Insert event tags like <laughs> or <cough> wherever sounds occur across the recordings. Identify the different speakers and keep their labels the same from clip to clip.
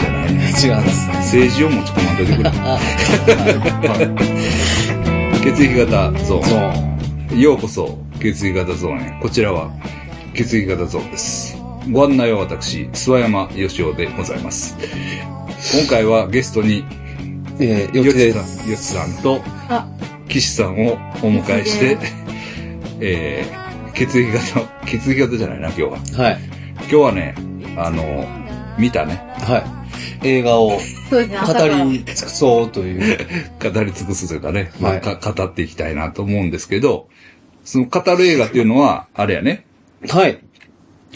Speaker 1: 違うんです。
Speaker 2: 政治を持ち込まんといてくれ。はい血液型ゾ
Speaker 1: そう
Speaker 2: ー。ン。ようこそ、血液型ゾーンへ。こちらは、血液型ゾーンです。ご案内は私、諏訪山義雄でございます。今回はゲストに、
Speaker 1: えー、
Speaker 2: よ
Speaker 1: よ
Speaker 2: ち
Speaker 1: ち
Speaker 2: さ
Speaker 1: で
Speaker 2: ん
Speaker 1: す。、
Speaker 2: よちさんと
Speaker 3: あ、
Speaker 2: 岸さんをお迎えして
Speaker 3: よち、
Speaker 2: えー、血液型、血液型じゃないな、今日は。
Speaker 1: はい。
Speaker 2: 今日はね、あの、見たね。
Speaker 1: はい。映画を語
Speaker 3: そうですね、朝から。
Speaker 1: り尽くそうという。
Speaker 2: 語り尽くすというかね、
Speaker 1: はい
Speaker 2: まあ、か語っていきたいなと思うんですけど、その語る映画っていうのは、あれやね、
Speaker 1: はい。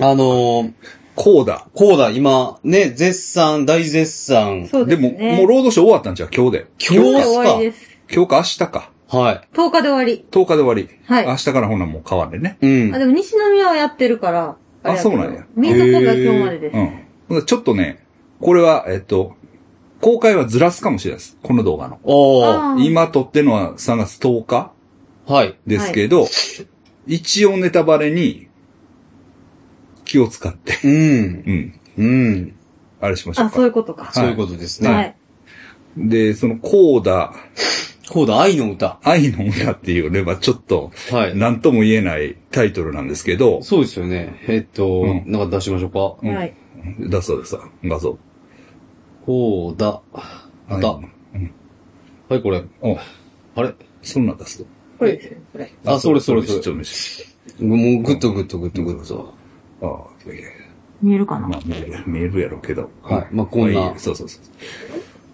Speaker 1: あのー、
Speaker 2: こうだ。
Speaker 1: こうだ、今、ね、絶賛、大絶賛。
Speaker 3: そう
Speaker 2: で
Speaker 3: です
Speaker 2: も、
Speaker 3: ね。
Speaker 2: もうロードショー終わったんじゃう今日で。
Speaker 1: 今
Speaker 3: 今
Speaker 1: 日で
Speaker 3: 日です終わりです。
Speaker 2: 今日か明日か。
Speaker 1: かは
Speaker 3: 10日で終わり。
Speaker 2: 10日で終わり。
Speaker 3: はい
Speaker 2: 明日からほなもう変わんでね。
Speaker 1: い。うん
Speaker 3: あ、。でも西宮はやってるから。れけど
Speaker 2: そうなんや
Speaker 3: ミートコーが今日までです。
Speaker 2: うん。ほんでちょっとね、これは、えっと、公開はずらすかもしれないです。この動画の。
Speaker 1: おー。
Speaker 3: あー、
Speaker 2: 今撮ってのは3月10日
Speaker 1: はい。
Speaker 2: ですけど、一応ネタバレに気を使って、
Speaker 1: うん。
Speaker 2: うん。
Speaker 1: うん。
Speaker 2: あれしましょう
Speaker 3: あ、
Speaker 2: か。
Speaker 3: そういうことか。
Speaker 1: そういうことです
Speaker 3: は
Speaker 1: ね。
Speaker 3: い。
Speaker 2: で、その、コーダ、
Speaker 1: こうだ、愛の歌。
Speaker 2: 愛の歌っていうね、まあちょっと、
Speaker 1: はい。
Speaker 2: なんとも言えないタイトルなんですけど、
Speaker 1: そうですよね。えっと、
Speaker 2: うん
Speaker 1: なんか出しましょうか。
Speaker 2: うん
Speaker 3: はい。
Speaker 2: だそうですわ、画像。
Speaker 1: こうだ、歌。
Speaker 2: は
Speaker 1: はいい、これ。
Speaker 2: お
Speaker 1: あれ
Speaker 2: そんなん出すと。
Speaker 3: これですよ、これ。
Speaker 1: あ、それそれそれ。
Speaker 2: ちょっと見せて
Speaker 1: もうグッとグッとグッとグッと。
Speaker 2: ああ、いやいや
Speaker 3: 見えるかな
Speaker 2: まあ見える、見えるやろうけど。
Speaker 1: はいまあこんな
Speaker 2: まいいそうそうそう。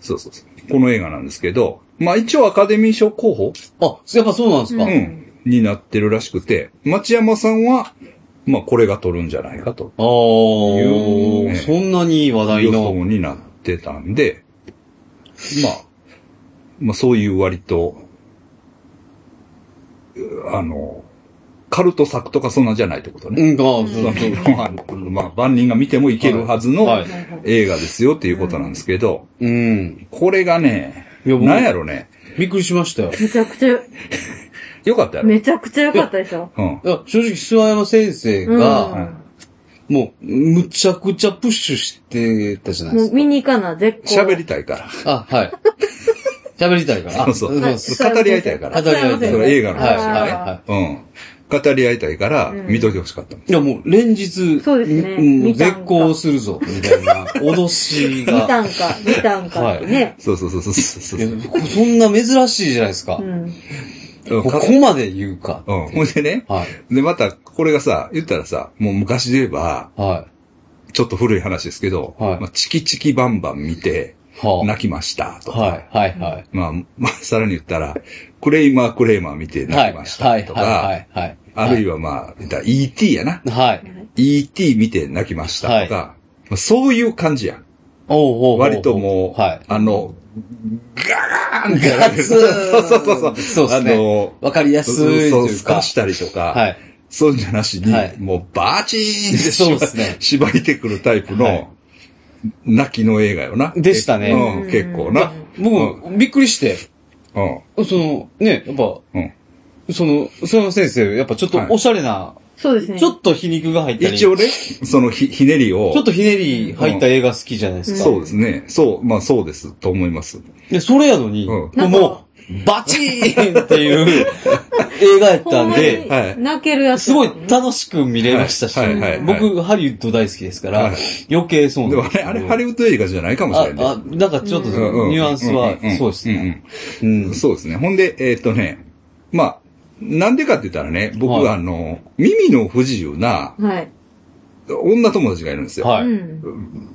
Speaker 2: そうそうそう。この映画なんですけど、まあ一応アカデミー賞候補
Speaker 1: あ、やっぱそうなんですか。
Speaker 3: う
Speaker 2: うんん。になってるらしくて、町山さんは、まあこれが取るんじゃないかと。
Speaker 1: あー、
Speaker 2: ね
Speaker 1: そんなに話題
Speaker 2: 予
Speaker 1: の。
Speaker 2: 想になってたんで、まあ、まあそういう割と、うあの、カルト作とかそんなんじゃないってことね。
Speaker 1: うん、あー
Speaker 2: そ
Speaker 1: そう
Speaker 2: の
Speaker 1: そう。
Speaker 2: まあ万人が見てもいけるはずの
Speaker 1: はい。
Speaker 2: 映画ですよっていうことなんですけど、
Speaker 1: うん。
Speaker 2: これがね、
Speaker 1: いや僕
Speaker 2: なんやろね。
Speaker 1: びっくりしましたよ。
Speaker 3: めちゃくちゃ、
Speaker 2: よかったやろ。
Speaker 3: めちゃくちゃ良かったでしょ。
Speaker 2: うん。
Speaker 1: いや正直、諏訪山先生
Speaker 3: うん。
Speaker 1: が、
Speaker 3: も
Speaker 1: もう、むちゃくちゃプッシュしてたじゃないです
Speaker 3: う見に行かな、絶好。
Speaker 2: 喋りたいから。
Speaker 1: か。あ、はい。 <laughs> 喋りたいから。あ
Speaker 2: そうそう
Speaker 1: で
Speaker 3: はい
Speaker 1: す
Speaker 2: 語り合いたいから
Speaker 1: 語り合いたい
Speaker 2: それ映画の
Speaker 1: はい、
Speaker 3: あ
Speaker 2: 話
Speaker 3: ー
Speaker 1: はい、
Speaker 2: だ
Speaker 1: は
Speaker 2: ね。うん。語り合いたいから、
Speaker 3: うん
Speaker 2: 見といてほしかった。
Speaker 1: い。いや、もう、連日、
Speaker 3: そうですね
Speaker 1: んもう
Speaker 3: 見たん
Speaker 1: 絶
Speaker 3: か
Speaker 1: 好するぞ、みたいな、脅し
Speaker 3: 見た
Speaker 1: が。
Speaker 3: んか、見たんかってね。
Speaker 2: そうそうそうそうそう
Speaker 1: い
Speaker 2: そう。
Speaker 1: やそんな珍しいじゃないですか
Speaker 3: う。ん。
Speaker 2: うん
Speaker 1: こ
Speaker 2: か
Speaker 1: こまで言うか。
Speaker 2: うん。ほんでね、
Speaker 1: はい。
Speaker 2: で、また、これがさ、言ったらさ、もう昔で言えば、
Speaker 1: は
Speaker 2: ちょっと古い話ですけど、
Speaker 1: はい
Speaker 2: まあ、チキチキバンバン見て、
Speaker 1: い。は
Speaker 2: 泣きました、と
Speaker 1: あ。
Speaker 2: か。
Speaker 1: はい。はい。はい。
Speaker 2: まあ、まあ、さらに言ったら、クレイマークレイマー見て
Speaker 1: は
Speaker 2: 泣
Speaker 1: い。
Speaker 2: きまし
Speaker 1: は
Speaker 2: た、
Speaker 1: い。
Speaker 2: と
Speaker 1: は
Speaker 2: か、
Speaker 1: い。はい。
Speaker 2: あるい
Speaker 1: は。
Speaker 2: はまあ、言ったら ET やな。
Speaker 1: はい。
Speaker 2: ET 見て泣きました、とか、まあそういう感じや。
Speaker 1: おうおうおう
Speaker 2: 割ともう、
Speaker 1: はい。
Speaker 2: あの、ガラーンってやら
Speaker 1: ガ
Speaker 2: れる。
Speaker 1: ツ
Speaker 2: <laughs>
Speaker 1: ー
Speaker 2: そうそうそうそう。
Speaker 1: そうです
Speaker 2: あ
Speaker 1: ね。
Speaker 2: の、
Speaker 1: わかりやすい
Speaker 2: そ
Speaker 1: と
Speaker 2: う、
Speaker 1: いう
Speaker 2: す
Speaker 1: か
Speaker 2: か。したりとか、
Speaker 1: はい。
Speaker 2: そういうんじゃなしに、
Speaker 1: はい
Speaker 2: もうバーチーンってし
Speaker 1: そう
Speaker 2: ば
Speaker 1: ですね。
Speaker 2: 縛りてくるタイプ
Speaker 1: はい
Speaker 2: の、泣きの映画よな。
Speaker 1: でしたね
Speaker 2: うん、結構な。
Speaker 1: 僕、びっくりして、
Speaker 2: うん。
Speaker 1: その、ね、やっぱ、
Speaker 2: うん
Speaker 1: その、その先生、やっぱちょっと
Speaker 2: はい
Speaker 1: おしゃれな、
Speaker 3: そうですね。
Speaker 1: ちょっと皮肉が入ったり、
Speaker 2: 一
Speaker 1: ちょ
Speaker 2: 応ね、そのひ、ひねりを、
Speaker 1: っとひねり入った映画好きじゃないですか。
Speaker 2: そうですね。そう、まあそうです、と思います。
Speaker 1: で、それやのに、
Speaker 2: うん
Speaker 3: なんか
Speaker 1: もう、バチーンっていう映画やったんで、
Speaker 2: は
Speaker 3: はいい。泣けるやつ。
Speaker 1: <laughs> すごい楽しく見れましたし、
Speaker 2: はいはいはい
Speaker 1: 僕、ハリウッド大好きですから、
Speaker 2: はい
Speaker 1: 余計そう
Speaker 2: でもあれ、あれ、ハリウッド映画じゃないかもしれない。
Speaker 1: あ、あ、なんかちょっと、
Speaker 2: うんうん
Speaker 1: ニュアンスは
Speaker 2: んん、
Speaker 1: そうです
Speaker 2: ん
Speaker 1: ね。
Speaker 2: ん
Speaker 1: うん。
Speaker 2: そうですね。ほんで、えーっとね、まあ、なんでかって言ったらね、僕
Speaker 1: はい
Speaker 2: はあの、耳の不自由な
Speaker 3: はい。
Speaker 2: 女友達がいるんですよ。
Speaker 1: はい。
Speaker 3: うん。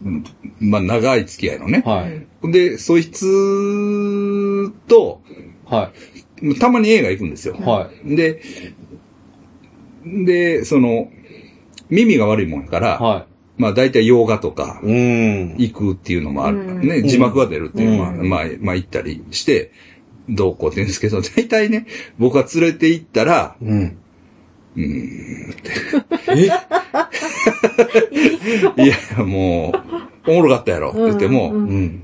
Speaker 2: うんまあ、長い付き合いのね。
Speaker 1: は
Speaker 3: う
Speaker 1: い。
Speaker 3: ん
Speaker 2: ほんで、そいつと、
Speaker 1: は
Speaker 2: たまに映画行くんですよ
Speaker 1: い。。はい。
Speaker 2: で、で、その、耳が悪いもんやから、
Speaker 1: は
Speaker 2: まあ大体洋画とか
Speaker 1: い。うん。
Speaker 2: 行くっていうのもある、
Speaker 3: うん
Speaker 2: ね、字幕が出るっていうのは、
Speaker 3: うん
Speaker 2: まあ、まあ行ったりして、どうこうって言うんですけど、 <laughs> 大体ね、僕が連れて行った
Speaker 3: <laughs>
Speaker 2: ら、
Speaker 1: うん。
Speaker 2: うーん、
Speaker 1: え
Speaker 2: いや、もう、おもろかったやろって言っても、
Speaker 3: うん
Speaker 2: う、
Speaker 3: うん
Speaker 1: うん。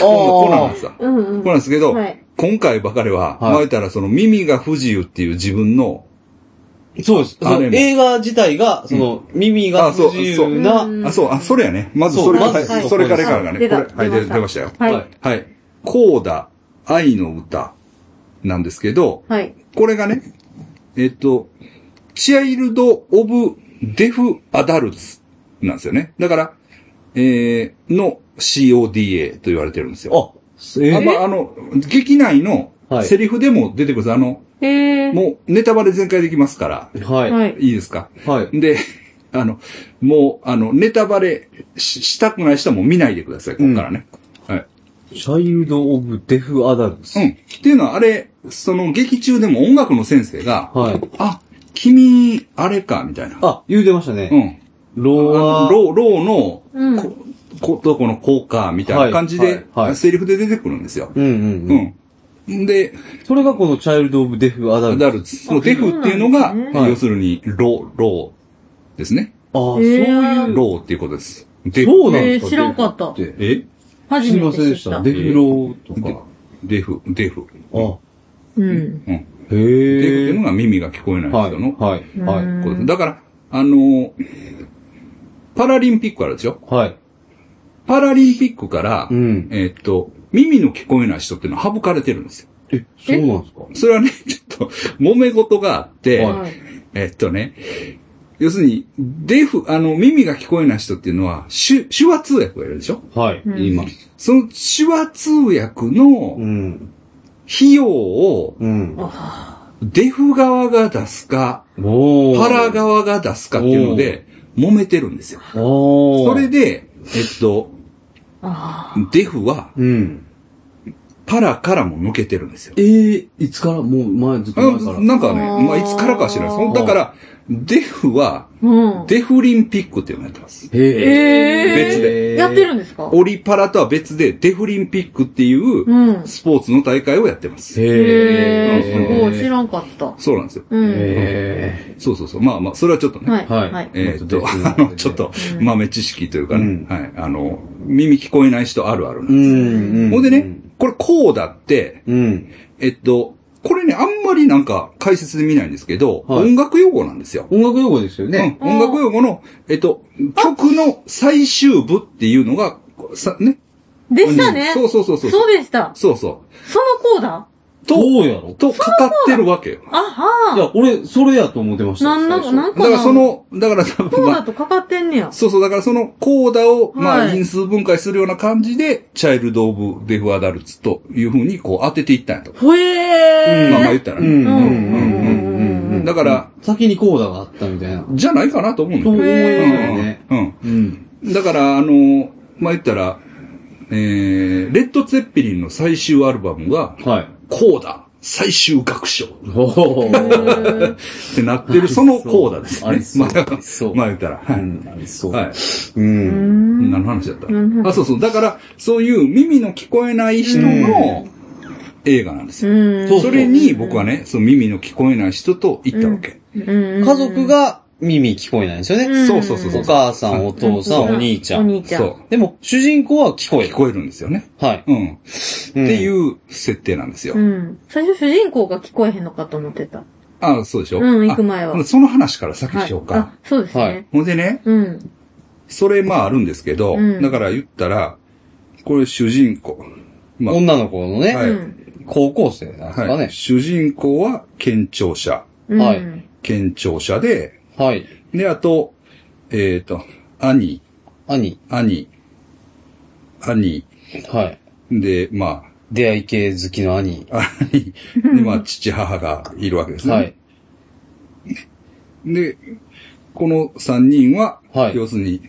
Speaker 2: こうなんですよ。こ
Speaker 3: うんうん。
Speaker 2: うなんですけど、
Speaker 3: はい。
Speaker 2: 今回ばかりは、
Speaker 1: はい
Speaker 2: まあ言ったらその耳が不自由っていう自分の
Speaker 1: そうです。
Speaker 2: あ
Speaker 1: その
Speaker 2: れも
Speaker 1: 映画自体が、その、耳が不自由な、
Speaker 3: うん
Speaker 2: あ、そう、あ、それやね。まずそれが、
Speaker 1: そう
Speaker 2: はい
Speaker 1: まず
Speaker 2: それからからがね。
Speaker 3: 出
Speaker 2: こ
Speaker 3: た
Speaker 2: れ、は
Speaker 3: 出ま
Speaker 2: い、出
Speaker 3: した
Speaker 2: 出ましたよ。
Speaker 3: はい。
Speaker 2: はい。コーダ、愛の歌、なんですけど、
Speaker 3: はい。
Speaker 2: これがね、えっと、チャイルド・オブ・デフ・アダルツなんですよね。だから、えー、の CODA と言われてるんですよ。
Speaker 1: あ、え
Speaker 2: あまあ、あの、劇内の
Speaker 1: はい
Speaker 2: セリフでも出てくるんです。あの、
Speaker 3: ええー。
Speaker 2: もうネタバレ全開できますから、
Speaker 1: はい。はい。
Speaker 3: はい。
Speaker 2: いいですか
Speaker 1: はい。
Speaker 2: で、あの、もう、あの、ネタバレししたくない人はもう見ないでください、ここからね。はい。
Speaker 1: チャイルド・オブ・デフ・アダルス。
Speaker 2: うん。っていうのは、あれ、その劇中でも音楽の先生が、
Speaker 1: はい。
Speaker 2: あ、君、あれか、みたいな。
Speaker 1: あ、言うてましたね。
Speaker 2: うん。
Speaker 1: ロー
Speaker 2: あの
Speaker 1: ア
Speaker 2: ロー、ローの、
Speaker 3: うん。
Speaker 2: こ、ことこの効果、みたいな感じで、
Speaker 1: はいはい
Speaker 2: セリフで出てくるんですよ。
Speaker 1: うんうん
Speaker 2: う
Speaker 1: うん。
Speaker 2: ん。で、
Speaker 1: それがこのチャイルド・オブ・デフ・アダ
Speaker 2: ア
Speaker 1: ルス。あ
Speaker 2: ダルツのデフっていうのが、
Speaker 3: そうなん
Speaker 1: ですね
Speaker 2: 要するに、ロー、ローですね。
Speaker 1: あ、そう
Speaker 3: へえ
Speaker 1: いう。
Speaker 2: ローっていうことです。デ
Speaker 1: そう
Speaker 2: フ。
Speaker 1: なん
Speaker 3: え
Speaker 1: です
Speaker 3: ー、
Speaker 1: か
Speaker 3: 知らんかった。
Speaker 1: デフって
Speaker 2: え
Speaker 3: 初
Speaker 1: 知り
Speaker 3: め
Speaker 1: ません
Speaker 3: て
Speaker 1: で
Speaker 3: 知
Speaker 1: し。
Speaker 3: ったた。
Speaker 1: デフローと
Speaker 2: で
Speaker 1: か。
Speaker 2: デフ、デフ。
Speaker 1: あ、
Speaker 3: うん。
Speaker 2: うん。
Speaker 1: へ
Speaker 2: デフってい
Speaker 1: え
Speaker 2: うのが耳が聞こえない
Speaker 1: はい。
Speaker 2: 人のこ
Speaker 1: はい。
Speaker 3: うん
Speaker 1: はい。
Speaker 2: とです。だから、あのーパラリンピックあるでしょ
Speaker 1: はい。
Speaker 2: パラリンピックから
Speaker 1: う、ん。
Speaker 2: えーっと、耳の聞こえない人っていうのは省かれてるんですよ。
Speaker 1: え、そうなんですか
Speaker 2: それはね、 <laughs> ちょっと、揉め事があって、
Speaker 1: はい
Speaker 3: はい。
Speaker 2: えーっとね、要するに、デフ、あの、耳が聞こえない人っていうのは、手手話通訳がいるでしょ
Speaker 1: はい。
Speaker 3: うん
Speaker 1: 言います。
Speaker 2: その手話通訳
Speaker 1: う
Speaker 2: の
Speaker 1: ん。
Speaker 2: 費用を
Speaker 1: うん。
Speaker 2: デフ側が出すか、
Speaker 1: おー。
Speaker 2: パラ。側が出すかっていうので、揉めてるんですよ。
Speaker 1: おー。
Speaker 2: それで、えっと、
Speaker 3: あ
Speaker 2: デフは
Speaker 1: うん。
Speaker 2: パラからも抜けてるんですよ。
Speaker 1: えー、いつからもう前、ずっと前から。
Speaker 2: あなんかね、
Speaker 3: あー
Speaker 2: まあ、いつからかは知らないです。だから、デフは、
Speaker 3: あ。うん。
Speaker 2: デフリンピックっていうのをやってます。
Speaker 1: へえ。
Speaker 3: え
Speaker 2: 別
Speaker 1: で
Speaker 3: え。やってるんですか
Speaker 2: オリパラとは別で、デフリンピックっていう
Speaker 3: う、ん。
Speaker 2: スポーツの大会をやってます。
Speaker 3: へ
Speaker 1: へ
Speaker 3: え。すごい、知らんかった。
Speaker 2: そうなんですよ。
Speaker 3: うん。
Speaker 1: へ
Speaker 2: そうそうそう。まあまあ、それはちょっとね、
Speaker 3: はい。
Speaker 1: はい
Speaker 3: はい。
Speaker 2: えーっと、
Speaker 1: ま
Speaker 2: あ
Speaker 1: た別の
Speaker 2: の、ちょっと
Speaker 3: う、ん
Speaker 2: 豆知識というかね、
Speaker 1: うん
Speaker 2: はい、あの、耳聞こえない人あるあるなん
Speaker 1: う
Speaker 2: ですよ
Speaker 1: ん。
Speaker 2: ほんでね、これこうだって、
Speaker 1: うん。
Speaker 2: えっと、これね、あんまりなんか解説で見ないんですけど、
Speaker 1: はい
Speaker 2: 音楽用語なんですよ。
Speaker 1: 音楽用語ですよね。
Speaker 2: うん、音楽用語の、えっと、曲の最終部っていうのが、さね。
Speaker 3: でしたね。
Speaker 2: そうそうそうそう。
Speaker 3: そうでした。
Speaker 2: そうそ
Speaker 3: そのコーダ
Speaker 2: う。と、
Speaker 1: そうやろ
Speaker 2: と、かかってるわけよ。
Speaker 3: あ
Speaker 1: い
Speaker 3: は
Speaker 1: や、俺、それやと思ってまし
Speaker 3: ー。
Speaker 1: た。
Speaker 3: なんな、
Speaker 1: 最初
Speaker 3: なん
Speaker 2: だ
Speaker 3: か
Speaker 2: から
Speaker 3: な
Speaker 2: そ、の、だから
Speaker 3: コ
Speaker 2: 多分、
Speaker 3: ー
Speaker 2: ま
Speaker 3: ダ
Speaker 2: あ、
Speaker 3: とかかってんねや。
Speaker 2: そうそう、だからそのコーダを、まあ、
Speaker 3: はい
Speaker 2: 因数分解するような感じで、チャイルド・オブ・デフ・アダルツというふうにこう当てていったんやと。
Speaker 3: ほ
Speaker 1: う
Speaker 3: え
Speaker 1: ん
Speaker 3: ー。
Speaker 2: まあまあ言ったら
Speaker 1: う
Speaker 2: ね。
Speaker 1: んうんうんうんうん。
Speaker 2: だから、
Speaker 1: 先にコーダがあったみたいな。
Speaker 2: じゃないかなと思うんだけ
Speaker 1: と思い
Speaker 2: ど。
Speaker 1: ま
Speaker 3: へ
Speaker 1: すよ
Speaker 3: ー
Speaker 1: ね。
Speaker 2: うん。うん
Speaker 1: うん。
Speaker 2: だから、あの、まあ、言ったら、えー、レッド・ツェッペリンの最終アルバムが、
Speaker 1: はい。
Speaker 2: コーダ、最終楽章っ
Speaker 1: おー。
Speaker 2: てなってる、そのコーダです
Speaker 1: ありそう
Speaker 2: ね。まあ
Speaker 1: ありそう
Speaker 2: まあ、言ったら、
Speaker 1: う
Speaker 2: はい。
Speaker 1: ん、ありそう。
Speaker 2: はい。
Speaker 1: うん。
Speaker 2: 何の話だった
Speaker 3: 何の話
Speaker 2: あ、そうそう。だから、そういう耳の聞こえない人の映画なんですよ。
Speaker 1: そう
Speaker 2: そ
Speaker 3: そ
Speaker 2: れに、僕はね、その耳の聞こえない人と行ったわけ。
Speaker 3: 家
Speaker 1: 家族、が耳聞こえないんですよね。
Speaker 3: うん
Speaker 2: そうそうそうそ
Speaker 1: お
Speaker 2: う。
Speaker 1: 母さん、お父さん、お兄ちゃ
Speaker 3: お
Speaker 1: ん。
Speaker 3: 兄ちゃん。
Speaker 2: そう。
Speaker 1: でも、主人公は聞こえ
Speaker 2: 聞
Speaker 1: る。
Speaker 2: こえるんですよね。
Speaker 1: はい。
Speaker 2: うん。って
Speaker 1: ってう
Speaker 2: い
Speaker 1: ん。
Speaker 2: う設定なんですよ
Speaker 3: う。ん。最初主人公が聞こえへんのかと思ってた。
Speaker 2: あそうでしょ
Speaker 3: うん、行く前は
Speaker 2: あ。その話から先しようか。
Speaker 3: あ、そうです
Speaker 1: は
Speaker 3: ね
Speaker 1: い。
Speaker 2: ほんでね、
Speaker 3: うん。
Speaker 2: それまああるんですけど、
Speaker 3: うん
Speaker 2: だから言ったら、これ主人公。まあ、
Speaker 1: 女の子のね、
Speaker 2: はいう
Speaker 1: 高校生なんですか
Speaker 2: はい
Speaker 1: ね。
Speaker 2: 主人公は健聴者。
Speaker 3: ん。
Speaker 1: はい
Speaker 3: うん
Speaker 2: 健聴者で、
Speaker 1: はい。
Speaker 2: で、あと、えっ、と、兄、
Speaker 1: 兄。
Speaker 2: 兄、兄、
Speaker 1: はい。
Speaker 2: で、ま
Speaker 1: 出会い系好きの兄。
Speaker 2: あ、兄、で、
Speaker 3: <laughs>
Speaker 2: まあ、父、母がいるわけですね。
Speaker 1: はい。
Speaker 2: で、この三人は、
Speaker 1: はい
Speaker 2: 要するに、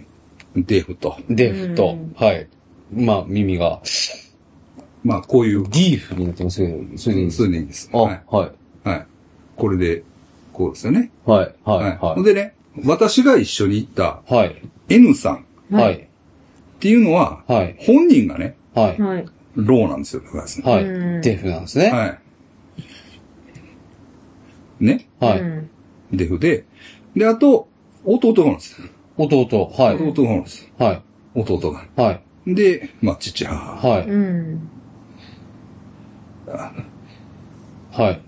Speaker 2: デフと。
Speaker 1: デフと
Speaker 3: うん、
Speaker 1: はい。まあ、耳が、
Speaker 2: まあ、こういう、
Speaker 1: ディーフになってますけど、それでいいです
Speaker 2: それでいいです。
Speaker 1: あ、
Speaker 2: は
Speaker 1: はいい。。はい。
Speaker 2: はい。これで、こうですよね。
Speaker 1: はい。
Speaker 2: ほん
Speaker 1: は
Speaker 2: でね、私が一緒に行った
Speaker 1: い。はい。
Speaker 2: N さんっ
Speaker 1: は。
Speaker 3: はい
Speaker 2: ていうのは、
Speaker 1: はい。
Speaker 2: 本人がね、
Speaker 1: はい。
Speaker 3: はい。
Speaker 2: ローなんですよ、高橋さん。
Speaker 1: は
Speaker 3: うん
Speaker 1: い。デフなんですね。
Speaker 2: はい。ね、
Speaker 1: は
Speaker 3: う
Speaker 1: い。
Speaker 3: ん
Speaker 2: デフで。で、あと、弟がおるんですよ。
Speaker 1: 弟。はい。
Speaker 2: 弟がおるんですよ。
Speaker 1: はい。
Speaker 2: 弟が。
Speaker 1: はい。
Speaker 2: で、まあ、父、母。
Speaker 1: は
Speaker 3: う
Speaker 1: い。
Speaker 3: ん。
Speaker 2: あ
Speaker 1: はい。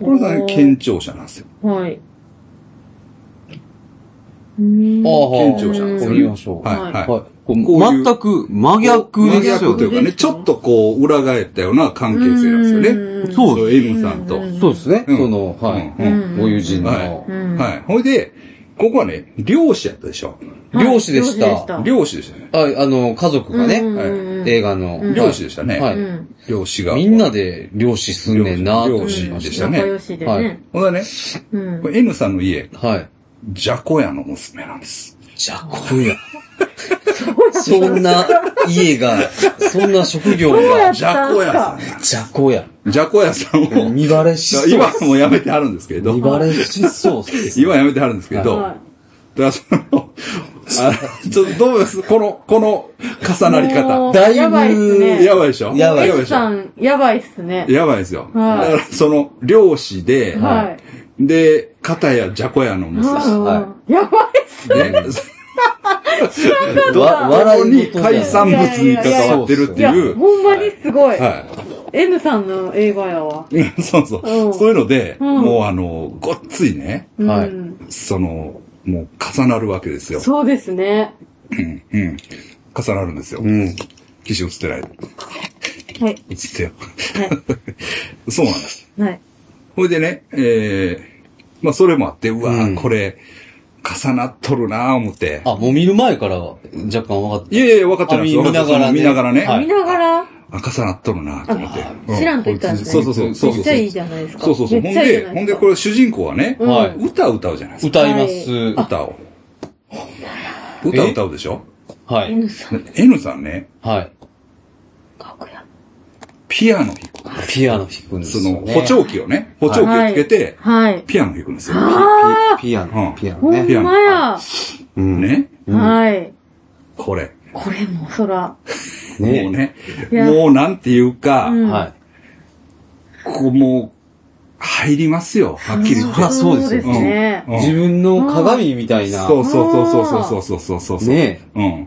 Speaker 2: これがね
Speaker 3: おー
Speaker 2: 健聴者なんですよ。
Speaker 3: はい。うん
Speaker 1: ああ、
Speaker 2: 顕著者なんですよね
Speaker 1: 見ましょう。
Speaker 2: は
Speaker 3: は
Speaker 2: い
Speaker 3: い
Speaker 2: はい。
Speaker 1: はい。こう
Speaker 2: こういう
Speaker 1: 全く真逆
Speaker 2: 真
Speaker 1: ですよ
Speaker 2: 逆とい
Speaker 1: ね。
Speaker 2: うかね、ちょっとこう、裏返ったような関係性なんですよね。
Speaker 3: うん
Speaker 1: そう
Speaker 2: そう、M さんと。
Speaker 3: うん
Speaker 1: そうですね。
Speaker 2: うん
Speaker 1: その、はい。
Speaker 2: うん
Speaker 3: うん
Speaker 1: ご友人の。
Speaker 2: はい
Speaker 3: うん
Speaker 2: はい。ほいで、ここはね、漁師やったでしょ。
Speaker 3: はい
Speaker 1: 漁師でした
Speaker 3: 漁師でした。
Speaker 2: 漁師でしたね。
Speaker 1: はい、あの、家族がね、
Speaker 3: うん
Speaker 2: はい
Speaker 3: うん
Speaker 1: 映画の。
Speaker 3: うん
Speaker 2: 漁師でしたね。
Speaker 1: は
Speaker 3: う
Speaker 1: い
Speaker 3: ん
Speaker 2: 漁師が。
Speaker 1: みんなで漁師すんねんなと
Speaker 2: 漁
Speaker 1: 思
Speaker 2: 師
Speaker 1: いま
Speaker 2: で
Speaker 1: し
Speaker 2: したね
Speaker 3: 仲良しでね。
Speaker 2: ほんだね、
Speaker 3: うん
Speaker 2: これ N さんの家、
Speaker 1: た。はい。
Speaker 2: ジャコ屋の娘なんです。
Speaker 1: じゃこや。そんな家が、そんな職業
Speaker 3: そうや
Speaker 1: が
Speaker 3: っ、
Speaker 2: ジャコ屋さんや。
Speaker 1: じゃこや。
Speaker 2: ジャコ屋さんを、
Speaker 1: 見バレしそう
Speaker 2: 今。はもうやめてはるんですけど
Speaker 1: 見、バレしそうっす。
Speaker 2: 今はやめてはるんですけど、
Speaker 3: はい
Speaker 2: だからその、あのちょっとどうですこの、この重なり
Speaker 3: も
Speaker 2: 方。
Speaker 3: う
Speaker 1: だいぶ
Speaker 3: やばいっすね。
Speaker 2: やばいでしょ
Speaker 1: やばい
Speaker 3: S
Speaker 2: でしょ
Speaker 3: さん、やばいっすね。
Speaker 2: やばいですよ。
Speaker 3: はい
Speaker 2: だからその、漁師で、
Speaker 3: はい。
Speaker 2: で、片やジャコ屋の娘。
Speaker 3: はいやばいっす。
Speaker 2: ね。ど
Speaker 1: わ
Speaker 2: こ
Speaker 1: 笑い
Speaker 2: に
Speaker 1: 事じゃない
Speaker 2: 海産物に関わってるっ
Speaker 1: って
Speaker 3: い
Speaker 2: てい
Speaker 3: や、
Speaker 2: う。
Speaker 3: ほんまにすごい。
Speaker 2: は
Speaker 3: N さんの映画やわ。
Speaker 2: い。そうそうう。
Speaker 3: ん
Speaker 2: そういうので、
Speaker 3: うん
Speaker 2: もうあの、ごっついね、
Speaker 3: うん
Speaker 1: はい
Speaker 2: その、もう重なるわけですよ。
Speaker 3: そうですね。
Speaker 2: うん。うん重なるんですよ。
Speaker 1: うん。
Speaker 2: 騎士映ってない。映
Speaker 3: はい。
Speaker 2: ってよ。 <laughs> そうなんです。
Speaker 3: はい。
Speaker 2: ほいでね、えー、まあそれもあって、うわ
Speaker 1: うん
Speaker 2: これ、重なっとるなぁ思って。
Speaker 1: あ、もう見る前から若干分かっ
Speaker 2: いやいや、分かってないです
Speaker 1: あ見見ながらね
Speaker 2: 見ながらね。
Speaker 1: はい
Speaker 3: 見ながら、
Speaker 2: あ、重なっとるなと思って
Speaker 1: あ。
Speaker 2: うん
Speaker 3: 知らんと言ったんですね
Speaker 2: そうそうそう。そう
Speaker 3: め
Speaker 2: そ
Speaker 3: っ
Speaker 2: う
Speaker 3: ちゃ
Speaker 2: そ
Speaker 3: いうい。じゃないですか。
Speaker 2: そうそうそう。ほ
Speaker 3: め
Speaker 2: ん
Speaker 3: っちゃいいじゃ
Speaker 2: で、
Speaker 3: な
Speaker 2: ほ
Speaker 3: いで
Speaker 2: んです
Speaker 3: か。
Speaker 2: これ主人公はね、
Speaker 3: うん
Speaker 1: はい
Speaker 2: 歌歌うじゃないです
Speaker 1: た。
Speaker 2: か。
Speaker 1: 歌います。
Speaker 2: 歌を。歌歌うでしょ
Speaker 1: はい
Speaker 3: N さん、
Speaker 2: で ?N さんね、
Speaker 1: はい。
Speaker 3: かっこや。
Speaker 2: ピアノ弾
Speaker 1: ピアノ弾
Speaker 2: く。
Speaker 1: くんです
Speaker 2: そ
Speaker 1: よ、
Speaker 2: の、
Speaker 1: ね。
Speaker 2: 補聴器をね、補聴器をつけて、
Speaker 3: はい。
Speaker 2: ピアノ弾くんですよ。
Speaker 3: あ
Speaker 1: ピア
Speaker 2: うん
Speaker 1: ノ、ピア
Speaker 3: ーほ
Speaker 1: ノね。
Speaker 2: ピア
Speaker 3: ん
Speaker 2: ノ
Speaker 3: まや。
Speaker 1: うん。
Speaker 2: ね。
Speaker 1: うん
Speaker 3: はい。
Speaker 2: これ。
Speaker 3: これも、そら。
Speaker 2: もう
Speaker 1: ね
Speaker 2: ね。
Speaker 3: いや
Speaker 2: もうなんていうか、
Speaker 3: うん
Speaker 1: は
Speaker 2: こうもう、入りますよ。はっきり言って。
Speaker 1: あそうですよ
Speaker 3: そうですね。
Speaker 1: い。自分の鏡みたいな。
Speaker 2: そうそうそうそうそうそうそうそう。
Speaker 1: ね
Speaker 2: うん。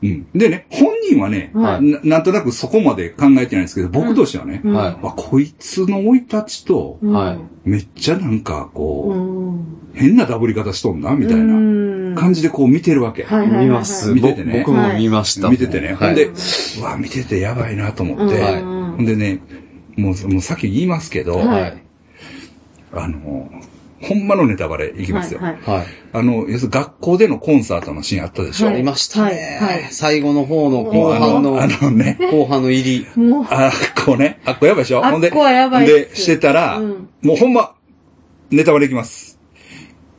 Speaker 2: うん。でね、本人はね、
Speaker 3: はい
Speaker 2: ななんとなくそこまで考えてないんですけど、僕としてはね、
Speaker 3: うん
Speaker 1: は
Speaker 2: あ
Speaker 1: い
Speaker 2: こいつの生い立ちと、
Speaker 3: うん
Speaker 1: はい
Speaker 2: めっちゃなんか
Speaker 3: う
Speaker 2: こ
Speaker 3: ん。
Speaker 2: う、変なダブり方しとんな、みたいな
Speaker 3: じ。
Speaker 2: 感じでこう見てるわけ。
Speaker 3: はいはいはい。
Speaker 1: 見ます。
Speaker 2: 見ててね
Speaker 1: ぼ僕も見ました。
Speaker 2: 見ててね。ほ
Speaker 1: は
Speaker 2: ん
Speaker 1: い。
Speaker 2: で、うわ、見ててやばいなと思って、
Speaker 1: はい
Speaker 2: ほんでね、もう、もうさっき言いますけど、
Speaker 3: はい
Speaker 1: はい。
Speaker 2: あの、ほんまのネタバレいきますよ。
Speaker 3: はいはい
Speaker 1: はい。
Speaker 2: あの、要するに学校でのコンサートのシーンあったでしょ、
Speaker 3: は
Speaker 1: ありましたね。
Speaker 3: はいはい
Speaker 1: 最後の方の
Speaker 2: もう
Speaker 1: 後
Speaker 2: あ
Speaker 1: 半の、
Speaker 2: の、あのね、
Speaker 1: 後半の入り。
Speaker 3: もう、
Speaker 2: あっこね。あっこやばいでしょ
Speaker 3: あっこ
Speaker 2: ほんで、
Speaker 3: はやばいっす
Speaker 2: で、してたら、
Speaker 3: うん
Speaker 2: もうほんま、ネタバレいきます。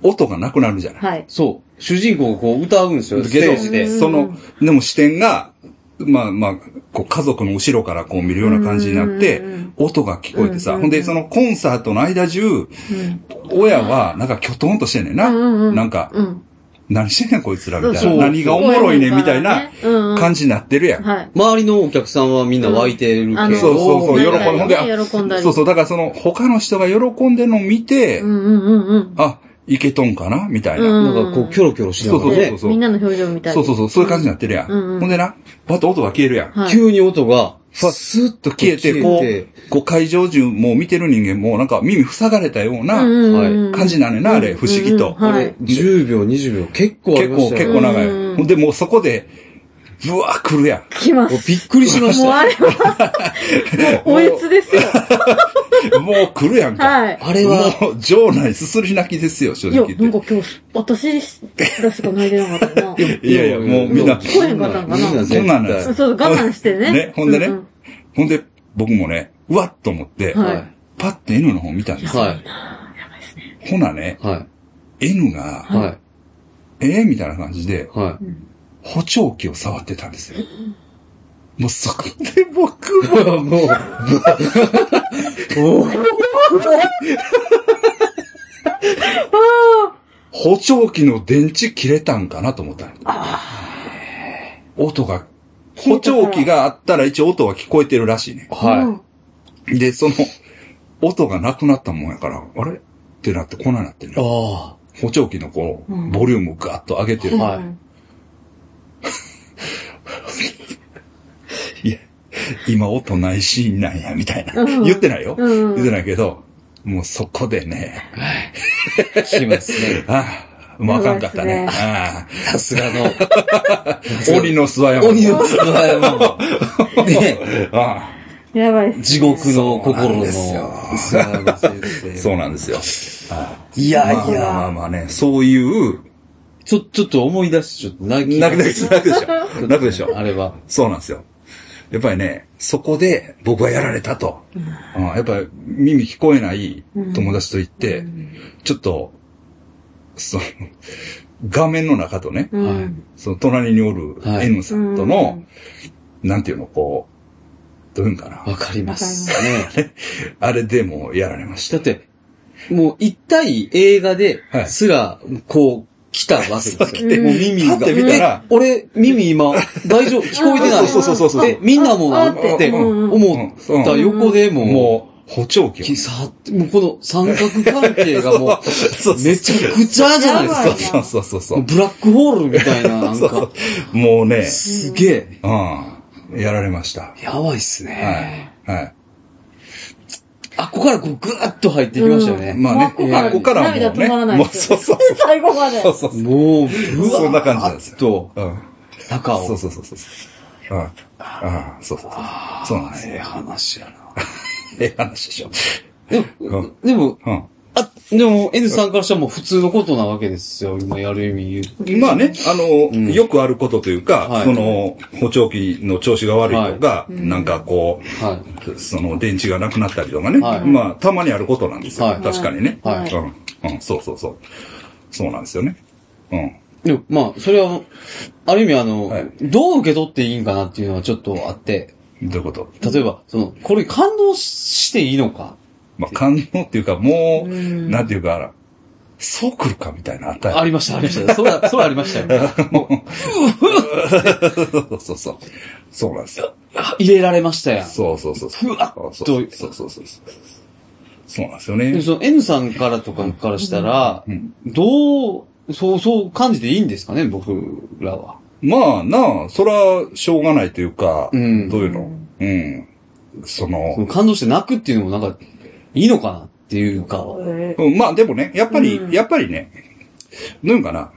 Speaker 2: 音がなくなるじゃない。
Speaker 3: はい。
Speaker 1: そう。主人公がこう歌うんですよ。
Speaker 2: ス
Speaker 1: ステ
Speaker 2: テ
Speaker 1: ー
Speaker 2: ー
Speaker 1: ジ
Speaker 2: ジ
Speaker 1: で
Speaker 2: で、。
Speaker 3: うん
Speaker 2: その、でも視点が、まあまあ、こう家族の後ろからこう見るような感じになって
Speaker 3: うんうんうん、
Speaker 2: 音が聞こえてさ、
Speaker 3: うんうんうん
Speaker 2: ほんでそのコンサートの間中、
Speaker 3: うん。
Speaker 2: 親はなんかきょとんとしてんねんな。
Speaker 3: うんうん
Speaker 2: なんか、
Speaker 3: うん。
Speaker 2: 何してんねんこいつらみたい
Speaker 1: そう
Speaker 2: な。何がおもろいねんみたいな感
Speaker 3: 感
Speaker 2: じになってるやん。
Speaker 3: はい。
Speaker 1: 周りのお客さんはみんな湧いてるけど、
Speaker 3: あの
Speaker 2: そうそうそう、喜
Speaker 3: なんか
Speaker 2: んで、
Speaker 3: ね
Speaker 2: あ
Speaker 3: 喜んだり
Speaker 2: そうそう、だからその、他の人が喜んでるのを見て、
Speaker 3: うんうんうんうん。
Speaker 2: あ、いけとんかなみたいな。
Speaker 3: うん
Speaker 1: なんかこう、キョロキョロしながら
Speaker 2: そうそう
Speaker 1: ね、
Speaker 2: そう
Speaker 3: みんなの表情みたい
Speaker 2: そうそう
Speaker 3: う。
Speaker 2: そう、そういう感じになってるやん。
Speaker 3: うんうん
Speaker 2: ほんでな、パッと音が消えるやん。
Speaker 3: はい。
Speaker 1: 急に音が、
Speaker 2: スッと消えて、
Speaker 1: こ
Speaker 2: こ
Speaker 1: う
Speaker 2: う、こう会場中もう見てる人間もなんか耳塞がれたよう
Speaker 3: うん
Speaker 2: な
Speaker 3: うんうん
Speaker 2: 感じなのよな、あれ、不思議と。
Speaker 3: うんうんはい
Speaker 1: これ10秒、20秒、結構あり
Speaker 2: 結
Speaker 1: まし
Speaker 2: 構、結
Speaker 1: たよ、
Speaker 2: 構長い。
Speaker 3: うん
Speaker 2: ほんで、もうそこで、ぶわー来るやん。
Speaker 3: 来ま
Speaker 1: もう
Speaker 3: す。
Speaker 1: びっくりしまし
Speaker 3: もう
Speaker 1: た。
Speaker 3: あれは、
Speaker 2: <laughs>
Speaker 3: もうおえつですよ。 <laughs>
Speaker 2: もう来るやんか。
Speaker 3: はい。
Speaker 1: あれは、
Speaker 2: もう、場内すすり泣きですよ、正
Speaker 3: いや、
Speaker 2: 直
Speaker 3: な
Speaker 2: 言
Speaker 3: ん
Speaker 2: って。
Speaker 3: か今日、私らしか泣いてなかったな。
Speaker 2: いやいや、もうみんな、
Speaker 3: 聞こえへんかったんかな
Speaker 1: みんな
Speaker 2: そ
Speaker 1: 絶
Speaker 2: うなんです
Speaker 1: 対。
Speaker 3: そう、我慢してね。
Speaker 2: ねほんでね
Speaker 3: う
Speaker 2: ほんで、僕もね、うわっと思って、
Speaker 3: はい
Speaker 2: パッて N の方見たんですよ。
Speaker 1: はい。
Speaker 2: ほなね、
Speaker 1: はい。
Speaker 2: N が、
Speaker 1: はい。
Speaker 2: えー、みたいな感じで、
Speaker 1: は
Speaker 2: 補聴器を触ってたんですよ。もうそこで僕も、
Speaker 1: い。もう、もう
Speaker 2: 補聴器の電池切れたんかなと思ったの音が、
Speaker 3: 消
Speaker 2: 補
Speaker 3: えたから
Speaker 2: 聴器があったら一応音は聞こえてるらしいね。
Speaker 1: は
Speaker 2: で、その、音がなくなったもんやから、あれってなってこんなになってる
Speaker 1: い。あ
Speaker 2: 補聴器のこ
Speaker 3: う
Speaker 2: う、
Speaker 3: ん
Speaker 2: ボリュームガーッと上げてる。
Speaker 3: い。
Speaker 1: はい
Speaker 3: い。
Speaker 2: いや、今音ないシーンなんや、みたいな。
Speaker 3: うん
Speaker 2: 言ってないよ。
Speaker 3: うん
Speaker 2: 言ってないけど、もうそこでね、
Speaker 1: あ。しますね。
Speaker 2: あまあ、あかんかったね。
Speaker 3: 長いっす
Speaker 2: あ
Speaker 1: さすがの、
Speaker 2: あ鬼の諏訪山。
Speaker 1: 鬼の妻やもん。ね、
Speaker 2: あ
Speaker 3: やばいっす。
Speaker 1: 地獄の心の
Speaker 2: そう
Speaker 1: 諏訪先
Speaker 2: あ
Speaker 1: 生。
Speaker 2: そうなんですよ。
Speaker 1: いやい
Speaker 2: まあまあ
Speaker 1: や、
Speaker 2: まあね、そういう、
Speaker 1: ちょ、ちょっと思い出して、ちょっと泣き。
Speaker 2: 泣くでしょ、泣くでしょ。泣くでしょ。
Speaker 1: あれは。
Speaker 2: そうなんですよ。やっぱりね、そこで僕はやられたと。うんやっぱり耳聞こえない友達と言って、ちょっと、その、画面の中とね、
Speaker 3: うん
Speaker 1: はい
Speaker 2: その隣におる
Speaker 1: はい
Speaker 2: N さんとの、なんていうの、こう、どういうんかな。
Speaker 1: わかります。
Speaker 3: わ
Speaker 1: ね。
Speaker 2: あれでもうやられまし
Speaker 1: だ
Speaker 2: た
Speaker 1: っ。て、もう一対映画ですら、こう、来たわけですよ。
Speaker 3: て
Speaker 1: もう耳
Speaker 2: パッ
Speaker 1: が。
Speaker 2: て見たら
Speaker 1: え俺、耳今、
Speaker 2: <laughs>
Speaker 1: 大丈夫、聞こえてない。
Speaker 2: そうそうそうそうそう
Speaker 1: え、みんなもなって思った横でも、も
Speaker 2: もう、補聴器
Speaker 1: う、。さ、もうこの三角関係がも
Speaker 2: <laughs> そう
Speaker 1: う、めちゃくちゃじゃないです
Speaker 3: やば
Speaker 1: か
Speaker 3: い。
Speaker 2: そうそうそうそう。
Speaker 1: ブラックホールみたい
Speaker 2: <laughs>
Speaker 1: な、なん
Speaker 2: そうそ
Speaker 1: か
Speaker 2: う、もうね、
Speaker 1: すげえ、
Speaker 2: うん、やられました。
Speaker 1: やばいっすね。
Speaker 2: はい。はい。
Speaker 1: あ、ここからこう、ぐーっと入ってきましたよね。
Speaker 2: まあね、
Speaker 1: もう
Speaker 2: ここからはもうね、
Speaker 3: 涙止まらない
Speaker 2: もう
Speaker 3: です
Speaker 2: そう
Speaker 3: よ
Speaker 2: そう
Speaker 3: 最後まで。
Speaker 2: そうそうそう。
Speaker 1: もう、うわ
Speaker 2: そんな感じなんですよ
Speaker 1: ーっと、
Speaker 2: うん
Speaker 1: 中を。
Speaker 2: そうそうそうそう。うん。ああ、そうそうそう。
Speaker 1: あー
Speaker 2: そうなんですよ
Speaker 1: ええ話やな。
Speaker 2: ええ話でしょ。
Speaker 1: で
Speaker 2: う
Speaker 1: も
Speaker 2: ん、
Speaker 1: でも、
Speaker 2: うん。
Speaker 1: あ、でも、N さんからしたらもう普通のことなわけですよ。今やる意味言う。
Speaker 2: まあね、あの、
Speaker 1: ん
Speaker 2: よくあることというか、
Speaker 1: はい
Speaker 2: その、補聴器の調子が悪いとか、なんかこう、
Speaker 1: は
Speaker 2: その、電池がなくなったりとかね、
Speaker 1: はい
Speaker 2: まあ、たまにあることなんですよ。
Speaker 1: はい
Speaker 2: 確かにね、
Speaker 1: はい
Speaker 2: うん。うん、そうそうそう。そうなんですよね。うん。
Speaker 1: い。でも、まあ、それは、ある意味あの、
Speaker 2: はい
Speaker 1: どう受け取っていいんかなっていうのはちょっとあって、
Speaker 2: どういうこと
Speaker 1: 例えば、その、これ感動していいのか
Speaker 2: まあ、感動っていうか、もう、
Speaker 3: うん
Speaker 2: なんていうか、そう来るかみたいなあった
Speaker 1: ありました、ありました。それは、それはありました
Speaker 2: <laughs>
Speaker 1: よ。
Speaker 2: そうそうそう。そうなんですよ。
Speaker 1: あ入れられましたやん。
Speaker 2: そうそうそう。
Speaker 1: ふわっと
Speaker 2: そうそうそうそう。そうなんですよ
Speaker 1: でも
Speaker 2: ね。
Speaker 1: その N さんからとかからしたら、
Speaker 2: うん
Speaker 1: どう、そう、そう感じていいんですかね、僕らは。
Speaker 2: まあなあ、そら、しょうがないというか、
Speaker 1: うん
Speaker 2: どういうのうん。そ
Speaker 1: その
Speaker 2: の、
Speaker 1: 感動して泣くっていうのもなんか、いいのかなっていうか、
Speaker 3: えー
Speaker 2: うん、まあでもね、やっぱり
Speaker 3: う、ん
Speaker 2: やっぱりね、どういうのかな。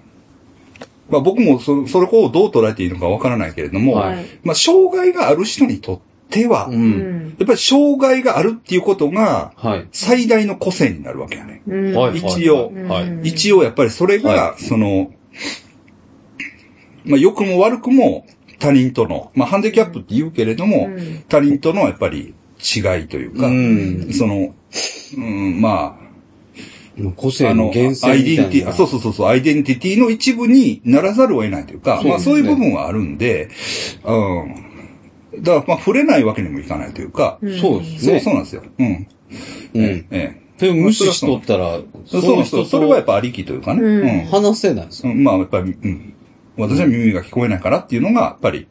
Speaker 2: まあ僕もそ、それをどう捉えていいのかわからないけれども、
Speaker 1: はい
Speaker 2: まあ障害がある人にとっては、
Speaker 1: う
Speaker 2: やっ
Speaker 1: ん。
Speaker 2: ぱり障害があるっていうことが、
Speaker 1: はい。
Speaker 2: 最大の個性になるわけやね。
Speaker 3: うん
Speaker 1: はい
Speaker 2: 一応
Speaker 1: はい。
Speaker 3: うん
Speaker 2: 一応やっぱりそれが、
Speaker 1: は
Speaker 2: その、まあ良くも悪くも他人との、まあハンディキャップって言うけれども、
Speaker 3: うん
Speaker 2: 他人とのやっぱり違いというか、
Speaker 1: うん。
Speaker 2: その、うん、ま
Speaker 1: 個
Speaker 2: あ、
Speaker 1: 性
Speaker 2: あの、アイ
Speaker 1: の
Speaker 2: デ
Speaker 1: 源泉みた
Speaker 2: ンティ
Speaker 1: い
Speaker 2: ティ、あ
Speaker 1: な。
Speaker 2: そうそうそうそう、アイデンティティの一部にならざるを得ないというか、
Speaker 1: そう
Speaker 2: まあ
Speaker 1: ですね
Speaker 2: そういう部分はあるんで、うん。だからまあ触れないわけにもいかないというか、
Speaker 3: うん
Speaker 1: そうです
Speaker 2: そう
Speaker 1: ね。
Speaker 2: そうなんですよ。うん。
Speaker 1: うん。
Speaker 2: ええ。
Speaker 1: でも無視しとったら、
Speaker 2: そうそ
Speaker 1: の人
Speaker 2: う、それはやっ
Speaker 1: と
Speaker 2: ぱありきというかね。
Speaker 3: うん
Speaker 2: うん
Speaker 1: 話せないんですよ。
Speaker 2: うんまあ、やっぱり、うん。私は耳が聞こえないからっていうのが、やっぱり、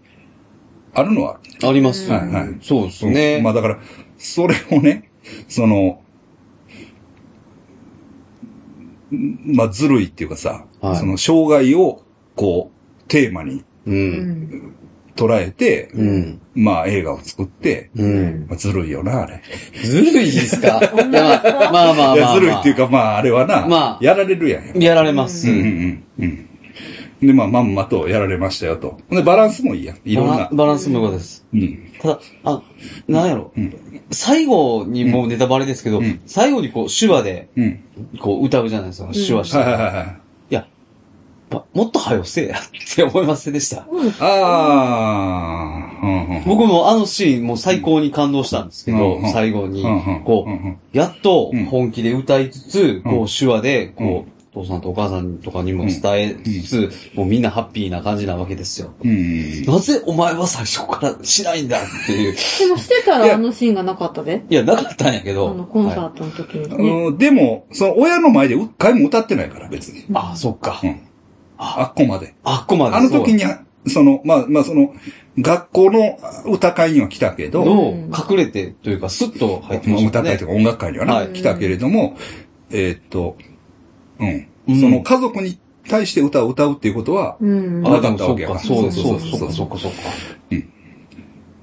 Speaker 2: あるのはある。
Speaker 1: あります。
Speaker 2: はいはい
Speaker 1: そうですね。
Speaker 2: うんまあ、だから、それをね、その、んまあ、ずるいっていうかさ、
Speaker 1: はい
Speaker 2: その、障害を、こう、テーマに
Speaker 1: う。
Speaker 3: うんん
Speaker 2: 捉えて、
Speaker 1: うん。
Speaker 2: まあ、映画を作って、
Speaker 1: うん。
Speaker 2: まあ、ずるいよな、あれ。
Speaker 1: ずるいです <laughs> かいやまあまあまあまあ
Speaker 2: い
Speaker 1: ま
Speaker 2: や、
Speaker 1: あ。
Speaker 2: ずるいっていうか、まあ、あれはな、
Speaker 1: まあ
Speaker 2: やられるやん。
Speaker 1: やられます。
Speaker 2: うんうんうん。うん。で、まあ、まんまとやられましたよと。で、バランスもいいやん。いろん
Speaker 1: バラ
Speaker 2: な。
Speaker 1: バランスも良かったです。
Speaker 2: うん。
Speaker 1: ただ、あ、なんやろ
Speaker 2: ん。
Speaker 1: 最後にもうネタバレですけど
Speaker 2: うん、
Speaker 1: 最後にこう手話で、
Speaker 2: うん。
Speaker 1: こう歌うじゃないですか。手話して。
Speaker 2: はいはい
Speaker 1: い
Speaker 2: はいはい。
Speaker 1: や、ばもっと早よせえやって思いませんでした。
Speaker 2: ああ、うんうん
Speaker 1: 僕もあのシーンもう最高に感動したんですけど、
Speaker 2: うんうん
Speaker 1: 最後に
Speaker 2: うんうん、
Speaker 1: こ
Speaker 2: うんうん
Speaker 1: う、やっと
Speaker 2: うん
Speaker 1: 本気で歌いつつ、こう手話で、こ
Speaker 2: う
Speaker 1: う、父さんとお母さんとかにも伝えつつ、もうみんなハッピーな感じなわけですよ。
Speaker 2: うん。
Speaker 1: なぜお前は最初からしないんだっていう。
Speaker 3: でもしてた
Speaker 2: いや
Speaker 3: らあのシーンがなかったで。
Speaker 1: いや、なかったんやけ
Speaker 3: あ
Speaker 1: ど。
Speaker 3: の、コンサ
Speaker 1: は
Speaker 3: ートの時に
Speaker 2: あ
Speaker 3: ね。
Speaker 2: のでも、その親の前で一回も歌ってないから、別に。
Speaker 1: いあ、そっか
Speaker 2: う。ん。あ
Speaker 1: あ、
Speaker 2: っこまで。
Speaker 1: あっこまで。
Speaker 2: あの時に、その、まあ、まあ、その、学校の歌会には来たけ
Speaker 1: そ
Speaker 2: ど、
Speaker 1: うどう
Speaker 3: うん
Speaker 1: 隠れてというか、スッと入ってまし
Speaker 2: 歌
Speaker 1: た
Speaker 2: 会
Speaker 1: ね
Speaker 2: と。か音楽会にはね、
Speaker 1: はい
Speaker 2: 来たけれども、えーっと、うん。
Speaker 1: うん
Speaker 2: その家族に対して歌を歌うっていうことは、
Speaker 3: うん。
Speaker 2: なかったわけや
Speaker 1: あ
Speaker 2: から
Speaker 1: そうかそう
Speaker 2: そう
Speaker 1: そ
Speaker 2: そうそ
Speaker 1: うそうう
Speaker 2: そ
Speaker 1: そううかそうか。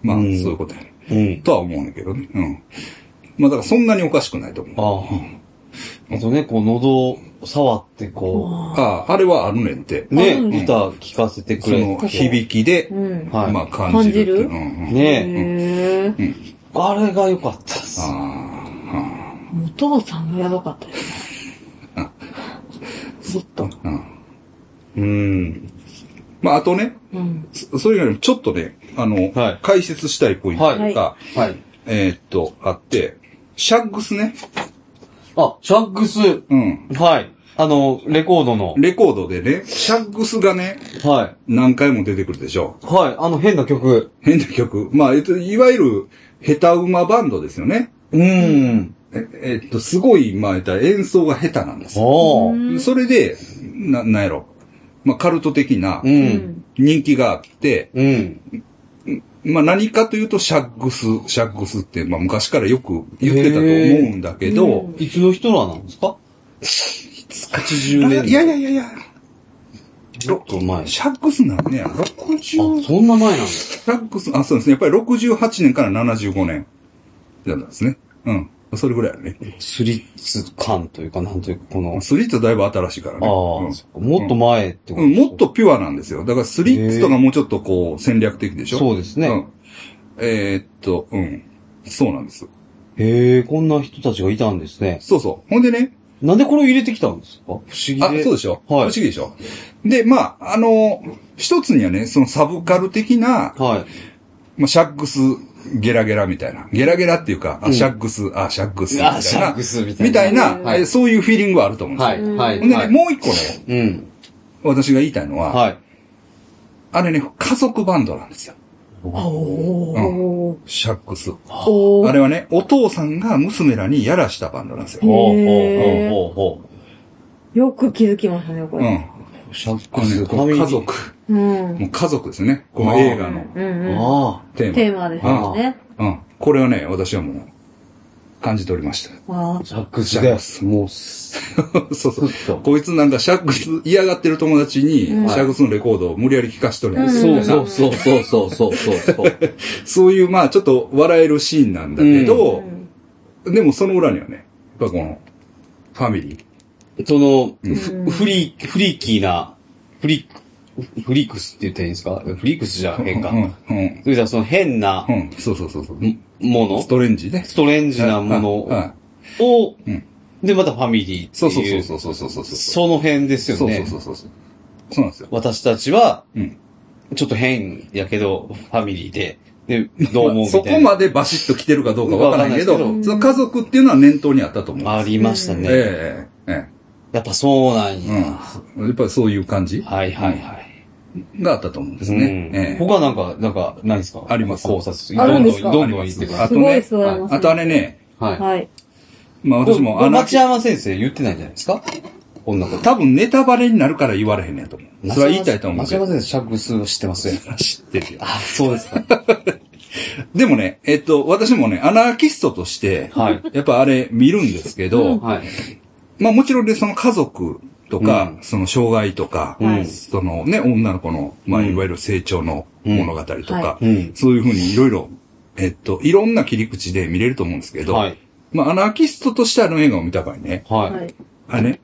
Speaker 2: まあ、そううんいうことやね。
Speaker 1: うん。
Speaker 2: とは思うんだけどね。うん。まあ、だからそんなにおかしくないと思う。
Speaker 1: ああ。あとね、こう、喉を触って、こ
Speaker 2: ああ、あれはあるねんって。
Speaker 1: う、ね、
Speaker 3: うん
Speaker 1: 歌聞かせてく
Speaker 2: そ
Speaker 1: れ
Speaker 2: の響きで、
Speaker 3: うん。
Speaker 1: はい
Speaker 2: まあ感じるっていう。
Speaker 3: 感
Speaker 2: うんうん
Speaker 1: ね
Speaker 3: へえ。
Speaker 1: あれが良かったっす。
Speaker 2: あ
Speaker 3: お父さんがやばかったですね。ずっと。
Speaker 2: あうん
Speaker 1: うん。
Speaker 2: まあ、あとね、
Speaker 3: うん。
Speaker 2: そそれ以外にもちょっとね、あの、
Speaker 1: はい
Speaker 2: 解説したいポイントが、
Speaker 1: はいはい。
Speaker 2: えーっと、あって、シャッグスね。
Speaker 1: あ、シャックス。
Speaker 2: うん。
Speaker 1: はい。あの、レコードの。
Speaker 2: レコードでね、シャッグスがね、
Speaker 1: はい。
Speaker 2: 何回も出てくるでしょ。
Speaker 1: はい。あの変な曲。
Speaker 2: 変な曲。まあ、えっと、いわゆる、ヘタウマバンドですよね。
Speaker 1: うん。
Speaker 2: ええっと、すごい、まあ、言ったら演奏が下手なんですよ。
Speaker 1: おー。
Speaker 3: うん
Speaker 2: それで、な、なんやろ。まあ、カルト的な
Speaker 1: う。
Speaker 3: うんん。
Speaker 2: 人気があって、
Speaker 1: うん。
Speaker 2: まあ、何かというと、シャッグス、シャッグスって、まあ、昔からよく言ってたと思うんだ
Speaker 3: へ
Speaker 2: け
Speaker 3: ー
Speaker 2: ど
Speaker 3: うん、
Speaker 1: いつの人らなんですか ?80
Speaker 2: あ
Speaker 1: 年代。
Speaker 2: いやいやいやいや、
Speaker 1: ちょっと前。あ、
Speaker 2: シャッグスなんね、60、
Speaker 1: そんな前なんだ。
Speaker 2: シャッグス、あ、そうですね。やっぱり68年から75年なんですね。うん。それぐらいだね。
Speaker 1: スリッツ感というか、なんというか、この、
Speaker 2: スリッツはだいぶ新しいから
Speaker 1: あ
Speaker 2: ね。
Speaker 1: あ、
Speaker 2: うん
Speaker 1: そっかもっと前ってこと
Speaker 2: うん、もっとピュアなんですよ。だからスリッツとかもうちょっとこう戦略的でしょ
Speaker 1: そうですね。
Speaker 2: んえーっと、うん。そうなんです。
Speaker 1: へえ、こんな人たちがいたんですね。
Speaker 2: そうそう。ほんでね、
Speaker 1: なんでこれを入れてきたんですか不思議で。
Speaker 2: あ、そうでしょ
Speaker 1: はい
Speaker 2: 不思議でしょで、まあ、あの、一つにはね、そのサブカル的な、
Speaker 1: はい。
Speaker 2: まあ、シャックス、ゲラゲラみたいな。ゲラゲラっていうか、あ、
Speaker 1: うん
Speaker 2: シャックス、あ、シャックス、みたい
Speaker 1: あ、
Speaker 2: な。
Speaker 1: シャックスみたいな。
Speaker 2: みたいな、
Speaker 3: はい
Speaker 2: えそういうフィーリングはあると思うんですよ。
Speaker 1: はい、はい。
Speaker 2: ほんでね、
Speaker 1: はい
Speaker 2: もう一個ね、
Speaker 1: うん。
Speaker 2: 私が言いたいのは、
Speaker 1: はい。
Speaker 2: あれね、家族バンドなんですよ。
Speaker 3: おー。
Speaker 2: シャックス。
Speaker 3: おー。
Speaker 2: あれはね、お父さんが娘らにやらしたバンドなんですよ。
Speaker 1: ほう
Speaker 3: へー
Speaker 1: ほうほうほうほ
Speaker 3: よく気づきましたね、こ
Speaker 2: う
Speaker 3: れ。
Speaker 2: ん。
Speaker 1: う。シャッ
Speaker 2: こ
Speaker 1: ク
Speaker 2: れね
Speaker 1: ス、
Speaker 2: こう家族。
Speaker 3: うん。
Speaker 2: もう家族ですね。この映画の
Speaker 3: うんうんうん。
Speaker 1: あ
Speaker 2: テー
Speaker 3: テーマですよね。
Speaker 2: マ。うん。これはね、私はもう、感じておりました。
Speaker 3: あ
Speaker 1: あ。シャック
Speaker 2: シ
Speaker 1: ス
Speaker 2: ャッ
Speaker 1: で
Speaker 2: ク、ス
Speaker 1: もう、す
Speaker 2: そうそう。
Speaker 1: っと。
Speaker 2: こいつなんかシャックス嫌がってる友達に、シ
Speaker 3: う
Speaker 2: ャ
Speaker 3: ん
Speaker 2: ックスのレコードを無理やり聴かしとるやつ
Speaker 1: そうそうそうそうそうそうそう。
Speaker 2: そういう、まあ、ちょっと笑えるシーンなんだけど、でもその裏にはね、やっぱこの、ファミリー。
Speaker 1: その、
Speaker 2: うん
Speaker 1: ふフリー、フリーキーな、フリ、フリークスって言ったらいいんですかフリークスじゃ変か
Speaker 2: う。ん、うん。
Speaker 1: それじゃその変な
Speaker 2: うん、そうそうそうそう。
Speaker 1: も
Speaker 2: ストレンジ
Speaker 1: の、
Speaker 2: ね。
Speaker 1: ストレンジなもの
Speaker 2: はいはい
Speaker 1: を、を
Speaker 2: うん
Speaker 1: で、またファミリーって
Speaker 2: そうそう
Speaker 1: いう、
Speaker 2: そうそうそうそうそう。
Speaker 1: その辺ですよね
Speaker 2: そう。そうそうそう。そうなんですよ。
Speaker 1: 私たちは
Speaker 2: うん、
Speaker 1: ちょっと変やけど、ファミリーで、で、どう思うみ
Speaker 2: そ
Speaker 1: た
Speaker 2: こ
Speaker 1: いな。
Speaker 2: までバシッと来てるかどうかわからないけど、
Speaker 1: わかんない
Speaker 3: ですけ
Speaker 2: そ
Speaker 3: ど
Speaker 2: の家族っていうのは念頭にあったと思う。
Speaker 1: ありましたね。
Speaker 2: ええええ
Speaker 1: やっぱそうなん
Speaker 2: ええ
Speaker 1: や。
Speaker 2: うん。やっぱりそういう感じ
Speaker 1: はいはいはい。
Speaker 2: があったと思うんです
Speaker 1: うん
Speaker 2: ね。ええ
Speaker 1: 他なんか、なんか、ないですか
Speaker 2: あります
Speaker 1: 考察。
Speaker 3: あるんで
Speaker 1: どん
Speaker 3: すか
Speaker 1: どん、どんどん言ってくださ
Speaker 2: あ
Speaker 1: い。
Speaker 2: とね、
Speaker 3: すごい座りますね
Speaker 2: あとあれね、
Speaker 1: はい
Speaker 3: ー。はい。
Speaker 2: まあ私も
Speaker 1: これ
Speaker 2: あの
Speaker 1: 町山先生言ってないんじゃないですかこんなこと。
Speaker 2: 多分ネタバレになるから言われへんねんと思う。それは言いたいと思う
Speaker 1: 町
Speaker 2: け
Speaker 1: 山
Speaker 2: ど。
Speaker 1: 先生、シャックスを知ってますよ。
Speaker 2: 知ってるよ。
Speaker 1: あ、そうですか。
Speaker 2: でもね、えっと、私もね、アナーキストとして、
Speaker 1: はい。
Speaker 2: やっぱあれ見るんですけど、
Speaker 1: はい。
Speaker 2: まあもちろんね、その家族とか、
Speaker 1: うん
Speaker 2: その障害とか、
Speaker 1: うん
Speaker 2: そのね、女の子の、まあ
Speaker 1: うん
Speaker 2: いわゆる成長の物語と
Speaker 3: うん
Speaker 2: か
Speaker 3: は、
Speaker 1: うん。
Speaker 2: そういうふうにいろいろ、えっと、いろんな切り口で見れると思うんですけど、
Speaker 1: はい。
Speaker 2: まあアナーキストとしてあの映画を見た場合ね、
Speaker 1: は。
Speaker 3: はいい。
Speaker 2: あれね、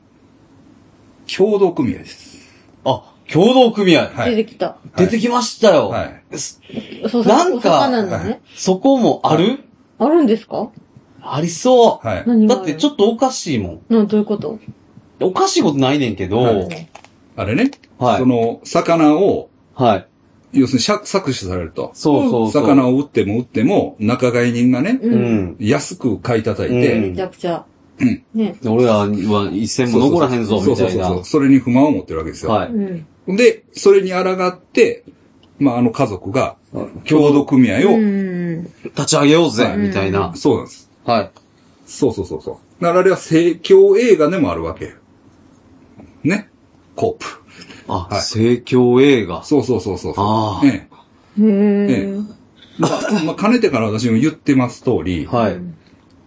Speaker 2: 共同組合です。
Speaker 1: あ、共同組合。
Speaker 2: はい
Speaker 3: 出てきた。
Speaker 1: 出てきましたよ。
Speaker 2: はい
Speaker 1: す
Speaker 3: そうそう。
Speaker 1: なんか
Speaker 3: お魚の
Speaker 2: はい
Speaker 3: ね。
Speaker 1: そこもある
Speaker 3: あるんですか
Speaker 1: ありそ
Speaker 2: はい。
Speaker 1: う。
Speaker 3: 何が
Speaker 1: だってちょ
Speaker 3: っ
Speaker 1: っとおかしいもん。
Speaker 3: と。なんどういうこと
Speaker 1: おかしいことないねんけど、
Speaker 2: は
Speaker 1: はい。
Speaker 2: あれね、その、魚を、
Speaker 1: はい。
Speaker 2: 要するに搾搾取されると。
Speaker 1: そうそうそう。
Speaker 2: 魚
Speaker 1: を。
Speaker 2: を売っても売っても、仲買人がね、
Speaker 1: う
Speaker 3: うん。
Speaker 1: ん。
Speaker 2: 安く買い叩いて、
Speaker 1: うん
Speaker 3: めちゃくちゃ。
Speaker 2: うん
Speaker 3: ね。
Speaker 1: 俺らは一銭も残らへんぞ、みたいな。
Speaker 2: そうそうそうそう。それに不満を持ってるわけですよ。
Speaker 1: は
Speaker 3: う
Speaker 1: い。
Speaker 3: ん。
Speaker 2: で、それに抗って、まあ、あの家族が、共同組合を、
Speaker 3: うん。
Speaker 1: 立ち上げようぜ、
Speaker 2: はい
Speaker 1: みたいな。
Speaker 2: そうなんです。
Speaker 1: はい。
Speaker 2: そうそうそうそう。だからあれは盛況映画でもあるわけ。ね。コープ。
Speaker 1: あ、
Speaker 2: はい
Speaker 1: 盛況映画。
Speaker 2: そうそうそうそうそう。
Speaker 1: あー
Speaker 2: ええ
Speaker 3: へ
Speaker 2: え
Speaker 3: え。
Speaker 2: まあ、まあ、かねてから私も言ってます通り、
Speaker 1: はい。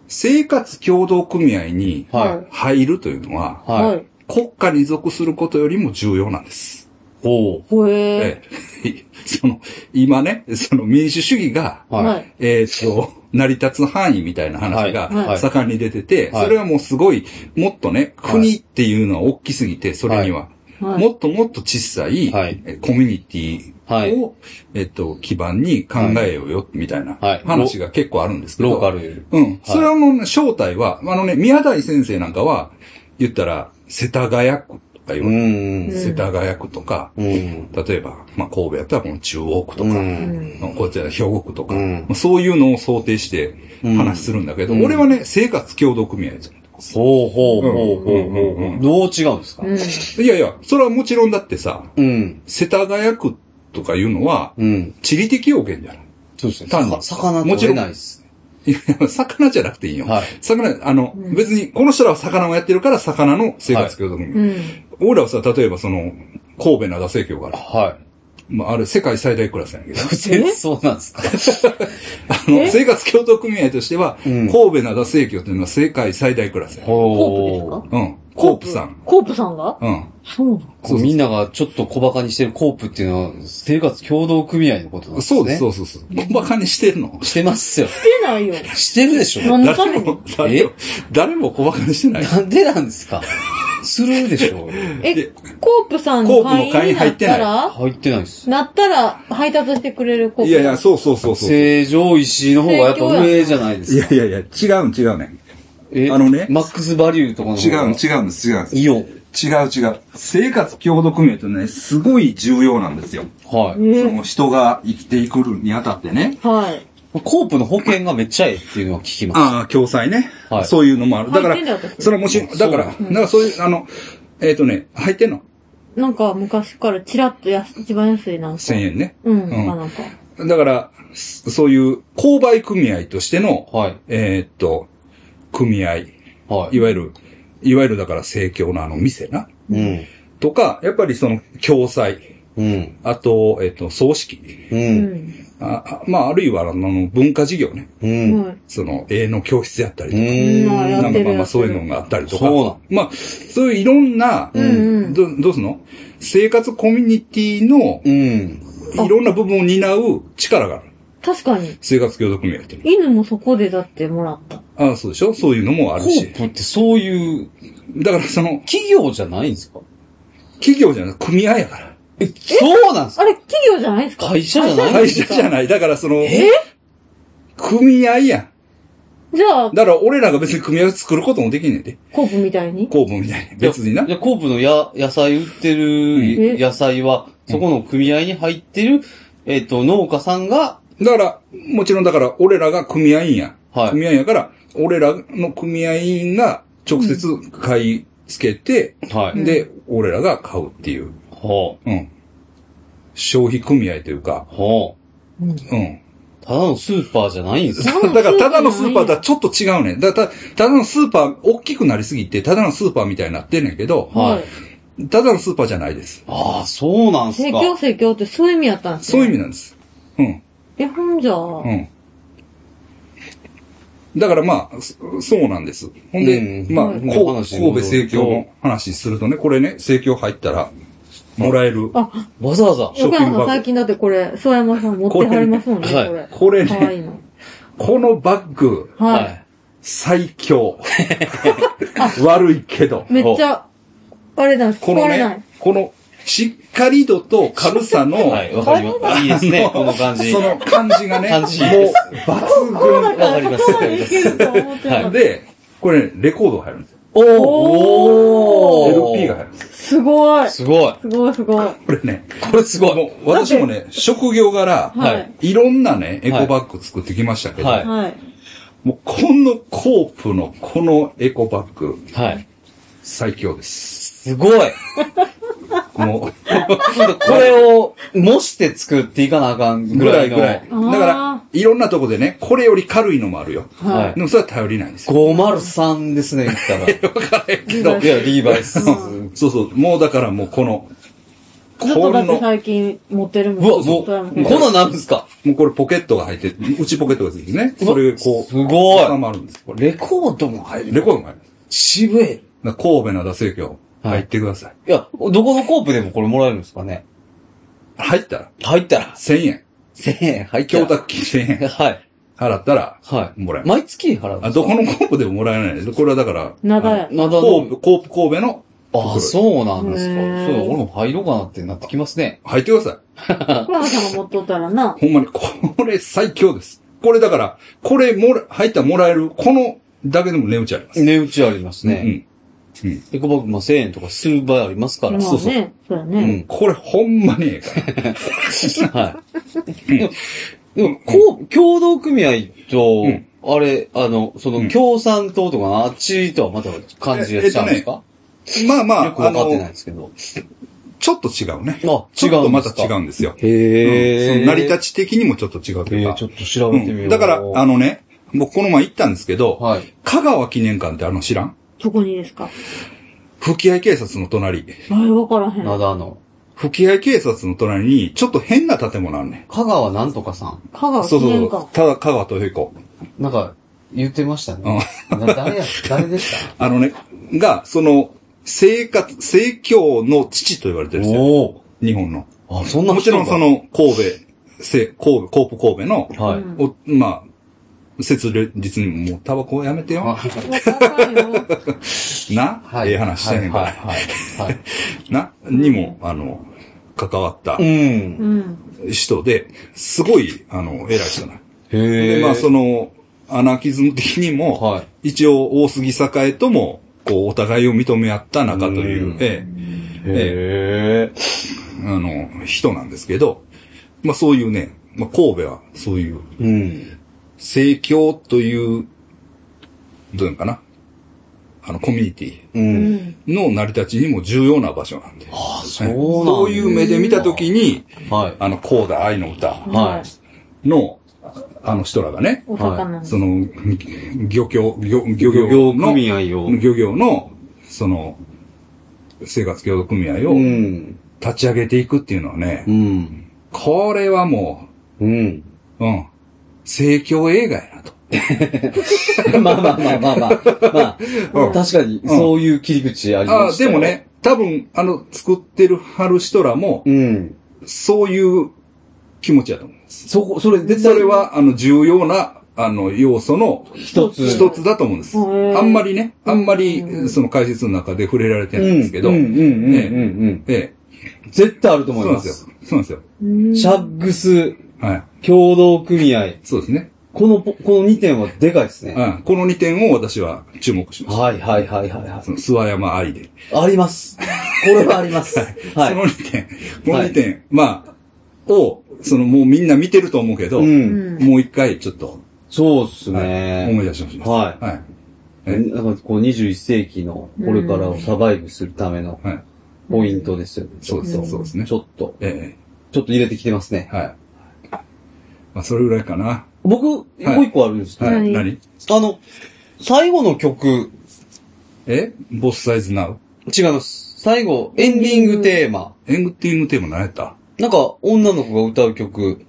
Speaker 2: 生活協同組合に
Speaker 1: はい。
Speaker 2: 入るというのは、
Speaker 1: は。
Speaker 3: はいい。
Speaker 2: 国家に属することよりも重要なんです。
Speaker 1: ほ
Speaker 3: ほえ
Speaker 2: <laughs> ええ、その、今ね、その民主主義が、
Speaker 1: う。
Speaker 3: ー。
Speaker 1: は。
Speaker 3: はいい。
Speaker 2: えーっと、成り立つ範囲みたいな話
Speaker 1: はいは
Speaker 2: が
Speaker 1: い
Speaker 2: 盛んに出てて、
Speaker 1: はい
Speaker 2: それはもうすごい、もっとね、国っていうのは大きすぎて、それには。
Speaker 3: はい
Speaker 2: もっともっと小さい、
Speaker 1: はい
Speaker 2: えコミュニティ
Speaker 1: はい
Speaker 2: を、えっと、基盤に考えようよ、みたいな
Speaker 1: はい
Speaker 2: 話が結構あるんですけど。
Speaker 1: ローカル。
Speaker 2: うん。それはもうね、正体は、あのね、宮台先生なんかは、言ったら、世田谷区とか言
Speaker 1: う
Speaker 2: われて、
Speaker 1: ん。
Speaker 2: 世田谷区とか、
Speaker 1: うん。
Speaker 2: 例えば、まあ、神戸やったらこの中央区と
Speaker 1: う
Speaker 2: か、
Speaker 1: ん。
Speaker 2: こちら兵庫区とか、
Speaker 1: うん
Speaker 2: まあそういうのを想定して話するんだけど、
Speaker 1: うん
Speaker 2: 俺はね、生活協同組合じ
Speaker 1: ほうほうほうほうほう
Speaker 2: うんうんうんうん
Speaker 1: どう違うんですか
Speaker 3: うん。
Speaker 2: ゃん。いやいや、それはもちろんだってさ、
Speaker 1: うん。
Speaker 2: 世田谷区とかいうのは、
Speaker 1: うん。
Speaker 2: 地理的要件じゃない。
Speaker 1: そうですね。
Speaker 2: 単に
Speaker 1: さ魚
Speaker 2: もち
Speaker 1: 取
Speaker 2: ろ
Speaker 1: れ
Speaker 2: ん
Speaker 1: ないですね。
Speaker 2: いや、 <laughs> 魚じゃなくていいよ。
Speaker 1: はい。
Speaker 2: 魚、あの、
Speaker 3: うん
Speaker 2: 別に、この人らは魚をやってるから、魚の生活協同組合。
Speaker 3: うん。
Speaker 2: 俺らはさ、例えばその、神戸灘生協がある。
Speaker 1: は
Speaker 2: まあ、あれ、世界最大クラスなんやけど、
Speaker 1: い。戦争なんですか
Speaker 2: あの、生活協同組合としては、
Speaker 1: うん
Speaker 2: 神戸灘生協というのは世界最大クラスや。
Speaker 3: コープですか
Speaker 2: うん。 <laughs> コープさん。。
Speaker 3: コープさんが
Speaker 2: うん。
Speaker 3: そうなの
Speaker 1: そう、みんながちょっと小馬鹿にしてるコープっていうのは、生活協同組合のことなんですね。
Speaker 2: そうです、そうそうそう。馬鹿にしてるの。
Speaker 1: してますよ。
Speaker 3: 出ないよ。
Speaker 1: してるでしょ
Speaker 3: 何のた
Speaker 2: 誰
Speaker 3: めに
Speaker 2: も、誰も、誰も小馬鹿にしてない。
Speaker 1: なんでなんですかするで
Speaker 3: <laughs>
Speaker 1: しょ
Speaker 3: え
Speaker 2: で、
Speaker 3: コープさん
Speaker 2: コ
Speaker 3: の
Speaker 2: ープの
Speaker 3: 会
Speaker 2: 会
Speaker 3: 員
Speaker 2: 員
Speaker 3: にな
Speaker 2: 入
Speaker 3: っ
Speaker 2: って
Speaker 3: た
Speaker 2: ない
Speaker 3: ら、
Speaker 1: 入ってないです。
Speaker 3: なったら配達してくれるコープ。
Speaker 2: いやいや、そうそうそうそう。い
Speaker 1: 正常石井の方がやっぱ上じゃないです
Speaker 2: や
Speaker 1: か。
Speaker 2: いやいや、違うん違うね。
Speaker 1: え
Speaker 2: あのね
Speaker 1: マックスバリューとかの方
Speaker 2: 違
Speaker 1: が
Speaker 2: う、違うんです、違うんです。
Speaker 1: イオン。
Speaker 2: 違う違う。生活協同組合とね、すごい重要なんですよ。
Speaker 1: はい。
Speaker 2: そ
Speaker 3: ね
Speaker 2: の人が生きていくにあたってね。
Speaker 3: はい。
Speaker 1: コープの保険がめっちゃええっていうのは聞きます。
Speaker 2: ああ、共済ね、
Speaker 1: はい
Speaker 2: そういうのもある。だから
Speaker 3: 入ってんだよ、
Speaker 2: それはもし、だから、だ
Speaker 1: そ
Speaker 2: からそういう、あの、えっ、とね、入ってんの。
Speaker 3: なんか昔からチラッとやす一番安いなんか。
Speaker 2: 1000円ね。
Speaker 3: うん。
Speaker 2: うん
Speaker 3: あなんか。
Speaker 2: だから、そういう購買組合としての、
Speaker 1: はい。
Speaker 2: えーっと、組合、
Speaker 1: はい。
Speaker 2: いわゆる、いわゆるだから盛況のあの店な、
Speaker 1: うん。
Speaker 2: とか、やっぱりその共済、
Speaker 1: うん。
Speaker 2: あと、えーっと、葬式、
Speaker 1: う。
Speaker 3: うんん。
Speaker 2: ああまあ、あるいはあの、文化事業ね、
Speaker 1: う。
Speaker 3: うんん。
Speaker 2: その、絵の教室やったりと
Speaker 1: う
Speaker 2: か、
Speaker 3: うん
Speaker 1: ん。
Speaker 2: なん
Speaker 3: やって
Speaker 2: か
Speaker 3: るや
Speaker 2: まあまあ
Speaker 3: って
Speaker 2: そ
Speaker 3: る
Speaker 2: ういうのがあったりとか
Speaker 1: そうなん、
Speaker 2: まあ、そういういろんな、
Speaker 3: うんうん。
Speaker 2: どどうすんの生活コミュニティの
Speaker 1: うん。
Speaker 2: いろんな部分を担う力がある。
Speaker 3: 確かに。
Speaker 2: 生活協同組合っていうの
Speaker 3: 犬もそこでだってもらった。
Speaker 2: は。ああ、そうでしょそういうのもあ
Speaker 1: コ
Speaker 2: るし
Speaker 1: ー。プってそういう
Speaker 2: だからその、
Speaker 1: 企業じゃないんですか
Speaker 2: 企業じゃない、組合やから。
Speaker 1: え、そうなんです
Speaker 3: あ
Speaker 1: か
Speaker 3: れ、企業じゃないですか
Speaker 1: 会社じゃない
Speaker 2: 会社じゃない。だからその、
Speaker 1: え
Speaker 2: 組合やん。
Speaker 3: じゃあ、
Speaker 2: だから俺らが別に組合を作ることもできんねんで。
Speaker 3: コープみたいに
Speaker 2: 公文みたいに。別にな
Speaker 1: じ。ゃあ、コープのや、野菜売って
Speaker 3: う
Speaker 1: る
Speaker 3: ん
Speaker 1: 野菜は、そこの組合に入ってる、えっ、と、農家さんが、
Speaker 2: だから、もちろんだから俺らが組合員や。
Speaker 1: はい
Speaker 2: 組合やから、俺らの組合員が直接買い付けて、
Speaker 1: は
Speaker 3: うん
Speaker 2: で、俺らが買うっていう。
Speaker 1: ほ
Speaker 2: うん。消費組合というか
Speaker 1: う。、ほ
Speaker 3: うん。
Speaker 2: うん。
Speaker 1: う。ただのスーパーじゃないんです
Speaker 2: <laughs> だから、ただのスーパーとはちょっと違うねん。だからた、ただのスーパー、大きくなりすぎて、ただのスーパーみたいになってんねんけど、
Speaker 1: はい
Speaker 2: ただのスーパーじゃないです。
Speaker 1: ああ、そうなんす
Speaker 3: 盛
Speaker 1: か。
Speaker 3: 況盛況ってそういう意味やったんです
Speaker 2: そういう意味
Speaker 3: な
Speaker 2: なんです。うん。
Speaker 3: え、ほんじゃあ、
Speaker 2: うん。だからまあ、そそうなんです。ほんで、
Speaker 1: うん
Speaker 2: まあ、
Speaker 1: うん
Speaker 2: こう
Speaker 1: 話に
Speaker 2: 神戸盛況の話するとね、これね、盛況入ったら、もらえる。
Speaker 3: あ、
Speaker 1: わざわざ。
Speaker 2: ショッ
Speaker 3: 横
Speaker 2: ピング
Speaker 3: 山さ
Speaker 2: バッグ
Speaker 3: ん最近だってこれ、諏訪山さん持ってはりますもんね、こ
Speaker 1: これね
Speaker 3: れ。か
Speaker 2: これ
Speaker 3: わい
Speaker 2: ね、
Speaker 3: いの。
Speaker 2: このバッグ、
Speaker 3: は
Speaker 2: 最
Speaker 1: <laughs>
Speaker 2: 強。悪いけど
Speaker 3: い。。めっちゃ、あれだ、
Speaker 2: こ
Speaker 3: 壊
Speaker 2: の
Speaker 3: れない
Speaker 2: ね。、この、しっかり度と軽さの、
Speaker 1: はい、わかります。いいですね、この感じ。
Speaker 2: そ
Speaker 1: わ
Speaker 2: の感じがね、
Speaker 1: 感じいい
Speaker 2: もう
Speaker 1: です
Speaker 2: 抜
Speaker 1: かります。わかり
Speaker 3: い
Speaker 1: ます
Speaker 3: けると思ってなか
Speaker 2: 群。
Speaker 3: っ
Speaker 2: で、これ、ね、レコードが入るんですよ。
Speaker 3: お
Speaker 1: お
Speaker 2: LP が入るんです
Speaker 3: た。
Speaker 2: よ。
Speaker 3: すごい。す
Speaker 1: すごい。
Speaker 3: ごいすごい。
Speaker 2: これね、
Speaker 1: これすごい。
Speaker 2: もう私もね、職業柄、
Speaker 3: はいい。
Speaker 2: いろんなね、エコバッグ作ってきましたけど、
Speaker 1: はい
Speaker 3: はい。
Speaker 2: もうこのコープのこのエコバッグ、
Speaker 1: はい。
Speaker 2: 最強です。
Speaker 1: すごい。
Speaker 2: も
Speaker 1: これを模して作っていかなあかん
Speaker 2: う、
Speaker 1: ぐ
Speaker 2: ぐ
Speaker 1: ら
Speaker 2: ら
Speaker 1: い
Speaker 2: い
Speaker 1: の。
Speaker 2: ぐらい。だから
Speaker 3: あ、
Speaker 2: いろんなとこでね、これより軽いのもあるよ。
Speaker 3: は
Speaker 2: でもそれは頼りないんですよ。
Speaker 1: 503ですね、言ったら。
Speaker 2: わからへんけ
Speaker 3: う
Speaker 2: ど
Speaker 3: ん
Speaker 1: い。や、リーバイス。
Speaker 3: うん
Speaker 2: そうそう、もうだからもうこの、
Speaker 3: い。ずっと
Speaker 2: こ
Speaker 3: だって
Speaker 2: の、
Speaker 3: 最近持ってる
Speaker 1: う
Speaker 3: もん。
Speaker 1: わ、もう、こ
Speaker 3: 外山さん
Speaker 1: のなんですか
Speaker 2: もうこれポケットが入って、内ポケットがついてるね。
Speaker 1: うわ
Speaker 2: それこう、
Speaker 1: すごい
Speaker 2: 収まるんです。これ、
Speaker 1: レコードも入る。
Speaker 2: レコードも入る。
Speaker 1: 渋い。
Speaker 2: だから神戸の出せ今日、入ってください。
Speaker 1: いや、どこのコープでもこれもらえるんですかね
Speaker 2: 入ったら、
Speaker 1: 入ったら、
Speaker 2: 1000円。
Speaker 1: 1000円入った
Speaker 2: 供
Speaker 1: ら。
Speaker 2: 託金1000円。
Speaker 1: はい。
Speaker 2: 払ったら、
Speaker 1: はい。
Speaker 2: もらえます。
Speaker 1: 毎月払うん
Speaker 2: あ、
Speaker 1: ですか
Speaker 2: どこのコープでももらえない。これはだから、
Speaker 3: なだ
Speaker 2: あ
Speaker 3: や。
Speaker 1: な
Speaker 2: の
Speaker 1: だ
Speaker 2: コープ、コープ神戸の
Speaker 1: ああ、そうなんですか。
Speaker 3: へー
Speaker 1: そう、俺も入ろうかなってなってきますね。
Speaker 2: 入ってくださ
Speaker 3: クラハさんが持っとったらな。
Speaker 2: い。ほんまに、これ最強です。これだから、これもら、入ったらもらえる、このだけでも値打ちあります。
Speaker 1: 値打ちあります
Speaker 2: う
Speaker 1: ね。
Speaker 2: ん。
Speaker 1: エコバッグ、まあ、1000円とかする場合ありますから。
Speaker 3: まあね、そうや
Speaker 1: う
Speaker 3: ね。
Speaker 1: ん。
Speaker 2: これほんまにええか
Speaker 1: <laughs>
Speaker 2: ら。
Speaker 1: はい。でもでも、こう、共同組合と
Speaker 2: うん、
Speaker 1: あれ、あの、そ
Speaker 2: うん
Speaker 1: の、共産党とかのあっちとはまた感じがしちゃうんですか
Speaker 2: まあま
Speaker 1: よく
Speaker 2: あ、あ
Speaker 1: わかってない
Speaker 2: の
Speaker 1: ん、ですけど。
Speaker 2: ちょっと違うね。
Speaker 1: あ、
Speaker 2: ちょっとまた違
Speaker 1: う。
Speaker 2: うんですよ。うんそ
Speaker 1: へ
Speaker 2: の
Speaker 1: え。
Speaker 2: 成り立ち的にもちょっと違うと
Speaker 1: え
Speaker 2: いう
Speaker 1: ー
Speaker 2: か
Speaker 1: ち。ょっと調
Speaker 2: う
Speaker 1: べてみよう。
Speaker 2: んだから、あ
Speaker 1: の、
Speaker 2: のね、僕この前行ったんですけど、
Speaker 1: はい。
Speaker 2: 香川記念館ってあるの知らん
Speaker 3: そこにですか。
Speaker 2: 吹合警察の隣。
Speaker 3: あれ、わからへん。
Speaker 1: な
Speaker 3: 香
Speaker 1: だの。
Speaker 2: 吹合警察の隣に、ちょっと変な建物あるね
Speaker 1: 香川なんとかさん。
Speaker 3: 川
Speaker 2: ん。そう
Speaker 3: 記
Speaker 2: そう
Speaker 3: 念
Speaker 2: そう
Speaker 3: 館。。
Speaker 2: ただ、香川と彦。
Speaker 1: なんか、言ってましたね。な誰や、誰
Speaker 2: <laughs>
Speaker 1: でした
Speaker 2: あのね、が、その、生活、政教の父と言われてるんですよ。
Speaker 1: お
Speaker 2: 日本の。
Speaker 1: お。あ、そんな
Speaker 2: もちろんそ
Speaker 1: 人が、
Speaker 2: の、神戸、せ神戸、コープ神戸の、
Speaker 1: はい。
Speaker 3: うん
Speaker 2: お、まあ、設立にも、もうタバコやめてよ。
Speaker 3: わからんよ。
Speaker 2: な、ええ話してんねんから。
Speaker 1: はい。はい。はい
Speaker 2: な、にも、あの、関わった <laughs>
Speaker 1: うん。
Speaker 3: うん。
Speaker 2: 人で、すごい、あの、偉い人なの。
Speaker 1: へ
Speaker 2: で、
Speaker 1: え。
Speaker 2: まあ、その、アナーキズム的にも、
Speaker 1: はい。、
Speaker 2: 一応、大杉栄とも、こう、お互いを認め合った仲といううんえ
Speaker 1: へえ。
Speaker 2: え、あの、人なんですけど、まあ、そういうね、まあ、神戸は、そういう、
Speaker 1: うん。
Speaker 2: 政教という、どういうのかな、あの、コミュニティ
Speaker 1: う。
Speaker 3: うんん。
Speaker 2: の成り立ちにも重要な場所なんで。
Speaker 1: あ、そう
Speaker 2: ね
Speaker 1: なんだ
Speaker 2: そういう目で見たときに、
Speaker 1: はい。
Speaker 2: あの、コーダ愛の歌
Speaker 1: はい。
Speaker 2: の、あの人らがね、
Speaker 3: お魚の。
Speaker 2: その、漁協、漁漁
Speaker 1: 漁
Speaker 2: 業
Speaker 1: 業
Speaker 2: の、
Speaker 1: 組合を。
Speaker 2: 漁業の、その、生活協同組合
Speaker 1: う
Speaker 2: を
Speaker 1: ん。
Speaker 2: 立ち上げていくっていうのはね
Speaker 1: う、ん。
Speaker 2: これはも
Speaker 1: うん。 <laughs>
Speaker 2: う、うん、政教映画やなと。
Speaker 1: まあまあまあまあまあ。ま
Speaker 2: う
Speaker 1: あ、
Speaker 2: ん
Speaker 1: 確かに、そういう切り口あり
Speaker 2: あ
Speaker 1: ま
Speaker 2: あ、
Speaker 1: した
Speaker 2: で
Speaker 1: よ
Speaker 2: も。ね、多分、あの、作ってるはる人らも、
Speaker 1: うん。
Speaker 2: そういう気持ちやと思うんです。
Speaker 1: そこ、それ、絶
Speaker 2: そ
Speaker 1: 対
Speaker 2: れは、あの、重要な、あの、要素の
Speaker 1: 一つ。
Speaker 2: 一つだと思うんです。
Speaker 3: へー
Speaker 2: あんまりね、あんま
Speaker 3: う
Speaker 2: り、
Speaker 3: ん
Speaker 2: その解説の中で触れられて
Speaker 1: うん
Speaker 2: ないんですけど、
Speaker 1: うんうんうんうん
Speaker 2: ええ
Speaker 1: うん。
Speaker 2: え
Speaker 1: 絶対あると
Speaker 2: え、そ
Speaker 1: 思
Speaker 2: う
Speaker 1: い
Speaker 2: なん
Speaker 1: ま。
Speaker 2: ですすよ。そうなんですよ。
Speaker 3: うん
Speaker 1: シャッグス
Speaker 2: はい。
Speaker 1: 協同組合。
Speaker 2: そうですね。
Speaker 1: このポ、この2点はでかいですね。
Speaker 2: うん。この2点を私は注目しまし
Speaker 1: はいはいはいはいは
Speaker 2: た。その、諏訪山愛で。
Speaker 1: い。あります。これはあります。は
Speaker 2: そ
Speaker 1: い。
Speaker 2: の2点、この2点、まあ、を、その、もうみんな見てると思うけど、
Speaker 1: うん。
Speaker 2: もう一回ちょっと、
Speaker 1: そうっす
Speaker 2: はい思い
Speaker 1: ね。
Speaker 2: 出してほしいです。
Speaker 1: はい。
Speaker 2: はい。え
Speaker 1: なんかこう21世紀のこれからをサバイブするための
Speaker 2: はい。
Speaker 1: ポイントですよね。
Speaker 2: そうです、そうですね
Speaker 1: ち。ょっと、
Speaker 2: え
Speaker 1: ちょっと入れてきてます
Speaker 2: え
Speaker 1: ね。
Speaker 2: はい。まあ、それぐらいかな。
Speaker 1: 僕、もう一個あるんですけど、
Speaker 2: はい。
Speaker 3: 何
Speaker 2: 何
Speaker 1: あの、最後の曲、
Speaker 2: えボスサイズナウ
Speaker 1: 違います。最後、エンディングテーマ。
Speaker 2: エングティングテーマ何やった
Speaker 1: なんか、女の子が歌う曲、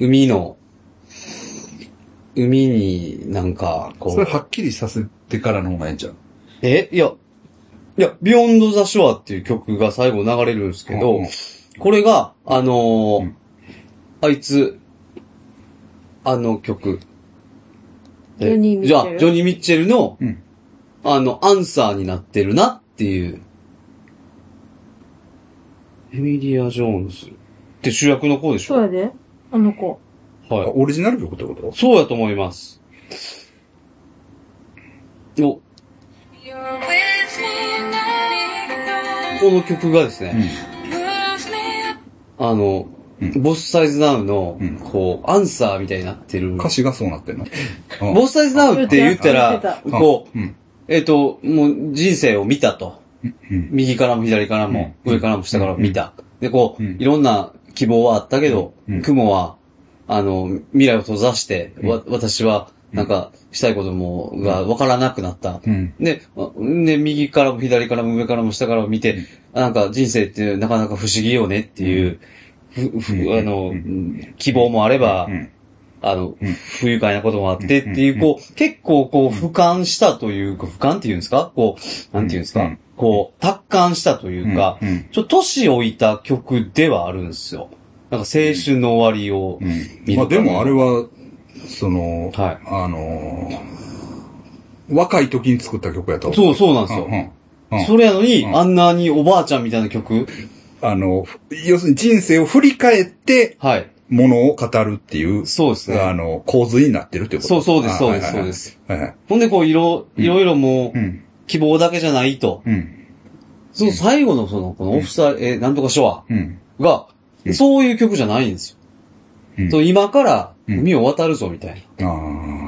Speaker 1: 海の、海になんか、こ
Speaker 2: それ
Speaker 1: う、
Speaker 2: はっきりさせてからの方がええんちゃう
Speaker 1: <laughs> えいや、いや、ビヨンドザショアっていう曲が最後流れるんですけど、
Speaker 2: うん
Speaker 1: これが、あのー
Speaker 2: うん
Speaker 1: あいつ、あの曲。え
Speaker 3: ジョニーミッチェル
Speaker 1: じゃあ、ジョニー・ミッチェルの、
Speaker 2: うん
Speaker 1: あの、アンサーになってるなっていう。エミリア・ジョーンズって主役の子でし
Speaker 3: そう
Speaker 1: ょ
Speaker 3: やで。あの子。
Speaker 2: あ
Speaker 1: はい。
Speaker 2: オリジナル曲ってこと
Speaker 1: そうやと思います。お、こ
Speaker 4: You're with me now.
Speaker 1: の曲がですね、
Speaker 4: Move me up.
Speaker 1: あの、
Speaker 2: うん
Speaker 1: ボスサイズナウの、
Speaker 2: うん
Speaker 1: こう、アンサーみたいになってる。
Speaker 2: 歌詞がそうなってんのうん
Speaker 1: ボスサイズナウって言った
Speaker 3: 言ってた
Speaker 1: ら、
Speaker 2: うん
Speaker 1: こう、
Speaker 2: うん。
Speaker 1: えっ、と、もう人生を見たと。
Speaker 2: うん。
Speaker 1: 右からも左からも、
Speaker 2: うん
Speaker 1: 上からも下からも見た。で、こう、
Speaker 2: うん
Speaker 1: いろんな希望はあったけど、
Speaker 2: うん
Speaker 1: 雲は、あの、未来を閉ざして、わ、私は、なんか、したいことも、がわからなくなった。
Speaker 2: うん。
Speaker 1: で、あで、右からも左からも上からも下からも見て、あなんか人生ってなかなか不思議よねっていう、ふ、
Speaker 2: うん
Speaker 1: ふ、あの、
Speaker 2: う
Speaker 1: 希望もあれば、
Speaker 2: うん
Speaker 1: あの、
Speaker 2: うん
Speaker 1: 不愉快なこともあってっていう、こう、結構こう、俯瞰したというか、俯瞰っていうんですかこう、なんていうんです
Speaker 2: う
Speaker 1: か
Speaker 2: ん
Speaker 1: こう、達観したというか
Speaker 2: う、ん。
Speaker 1: ちょっと年老いた曲ではあるんですよ。なんか青春の終わりを
Speaker 2: う。ん
Speaker 1: 見る
Speaker 2: まあでもあれは、その、
Speaker 1: はい
Speaker 2: あのー若い時に作った曲やと思
Speaker 1: そう、そうなんですよ。
Speaker 2: うんうん
Speaker 1: それやのに、
Speaker 2: うん
Speaker 1: あんなにおばあちゃんみたいな曲
Speaker 2: あの、要するに人生を振り返って、
Speaker 1: はい。
Speaker 2: ものを語るっていう、
Speaker 1: そうですね。
Speaker 2: あの、構図になってるってこと
Speaker 1: そう、そうです、そうです、
Speaker 2: あ
Speaker 1: そうで。す。
Speaker 2: はいはいはいはいはい
Speaker 1: ほんで、こう、いろ、いろいろも
Speaker 2: う
Speaker 1: う、
Speaker 2: ん。
Speaker 1: 希望だけじゃないと。
Speaker 2: うん。
Speaker 1: その最後のその、このオフサイ、えー、なんとかショア
Speaker 2: うん。
Speaker 1: が
Speaker 2: う、ん
Speaker 1: そういう曲じゃないんですよ。
Speaker 2: うん
Speaker 1: そう今から
Speaker 2: うん
Speaker 1: 海を渡るぞみたいな。
Speaker 2: ああ。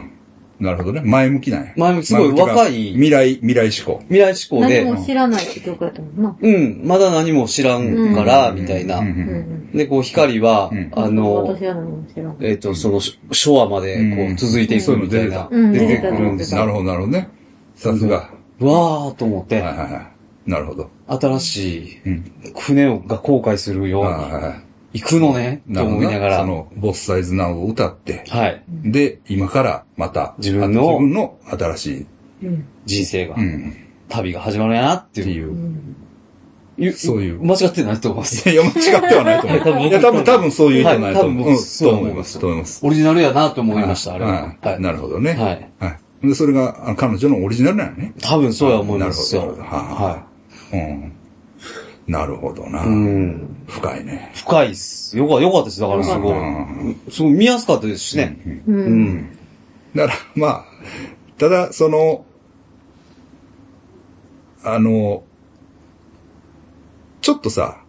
Speaker 2: なるほどね。前向きなんや。
Speaker 1: 前向きすごい
Speaker 2: 前向きが
Speaker 1: 若い
Speaker 2: 未来、未来思考。
Speaker 1: 未来志向
Speaker 3: 何
Speaker 1: で、
Speaker 3: も知らないって曲やったもんな。
Speaker 1: うん、まだ何も知らんから、みたいな
Speaker 2: うん。
Speaker 3: うんうん。
Speaker 1: で、こう、光は
Speaker 2: うん、
Speaker 1: あの
Speaker 3: 私、は何も知らん。
Speaker 1: えっと、その、ショアまで、こう、続いていくみたいな。
Speaker 3: うん
Speaker 1: 出て
Speaker 3: 出
Speaker 1: く
Speaker 3: てた
Speaker 1: るん
Speaker 3: 出
Speaker 1: で
Speaker 3: て
Speaker 1: す
Speaker 3: た
Speaker 2: な
Speaker 1: よ。
Speaker 2: るほど、なるほどね。さすが。は
Speaker 1: わーと思っ
Speaker 2: い
Speaker 1: て
Speaker 2: は、いはい。なるほど。
Speaker 1: 新しい
Speaker 2: うん。
Speaker 1: 船をが後悔するよう
Speaker 2: はいはい
Speaker 1: に、
Speaker 2: はい。
Speaker 1: 行くのね、と
Speaker 2: なるほ
Speaker 1: 思い
Speaker 2: ど
Speaker 1: な
Speaker 2: ね
Speaker 1: がら、
Speaker 2: その、ボスサイズナウを歌って、
Speaker 1: はい、
Speaker 2: で、今からまた、
Speaker 1: 自分の
Speaker 2: あ自分の新しい、
Speaker 3: うん。
Speaker 1: 人生が
Speaker 2: う、ん、
Speaker 1: 旅が始まるなって
Speaker 2: っ
Speaker 1: い
Speaker 2: て。
Speaker 1: う
Speaker 3: う
Speaker 2: いう。
Speaker 3: ん。
Speaker 1: ゆ
Speaker 2: そういう
Speaker 1: 間違ってないと思います。
Speaker 2: いや、間違ってはないと思う。いや、多分、多分そういう人ないと思う。
Speaker 1: はい多分僕
Speaker 2: うん
Speaker 1: そう
Speaker 2: と
Speaker 1: 思
Speaker 2: 思
Speaker 1: い
Speaker 2: い
Speaker 1: ま
Speaker 2: ますす、と思います。
Speaker 1: オリジナルやなと思いました、あれは。
Speaker 2: はい
Speaker 1: はい。
Speaker 2: なるほどね。
Speaker 1: はい。
Speaker 2: はい。で、それが、あの彼女のオリジナルなのね。
Speaker 1: 多分そうや思いますよ。
Speaker 2: なるほど
Speaker 1: は
Speaker 2: はうん。なるほどな。
Speaker 1: い。うん。
Speaker 2: 深いね。
Speaker 1: 深いっす。よか、よかったです。だからすごい。
Speaker 2: うん
Speaker 1: すごい見やすかったですしね。
Speaker 3: う。
Speaker 1: うんん。
Speaker 2: だから、まあ、ただ、その、あの、ちょっとさ、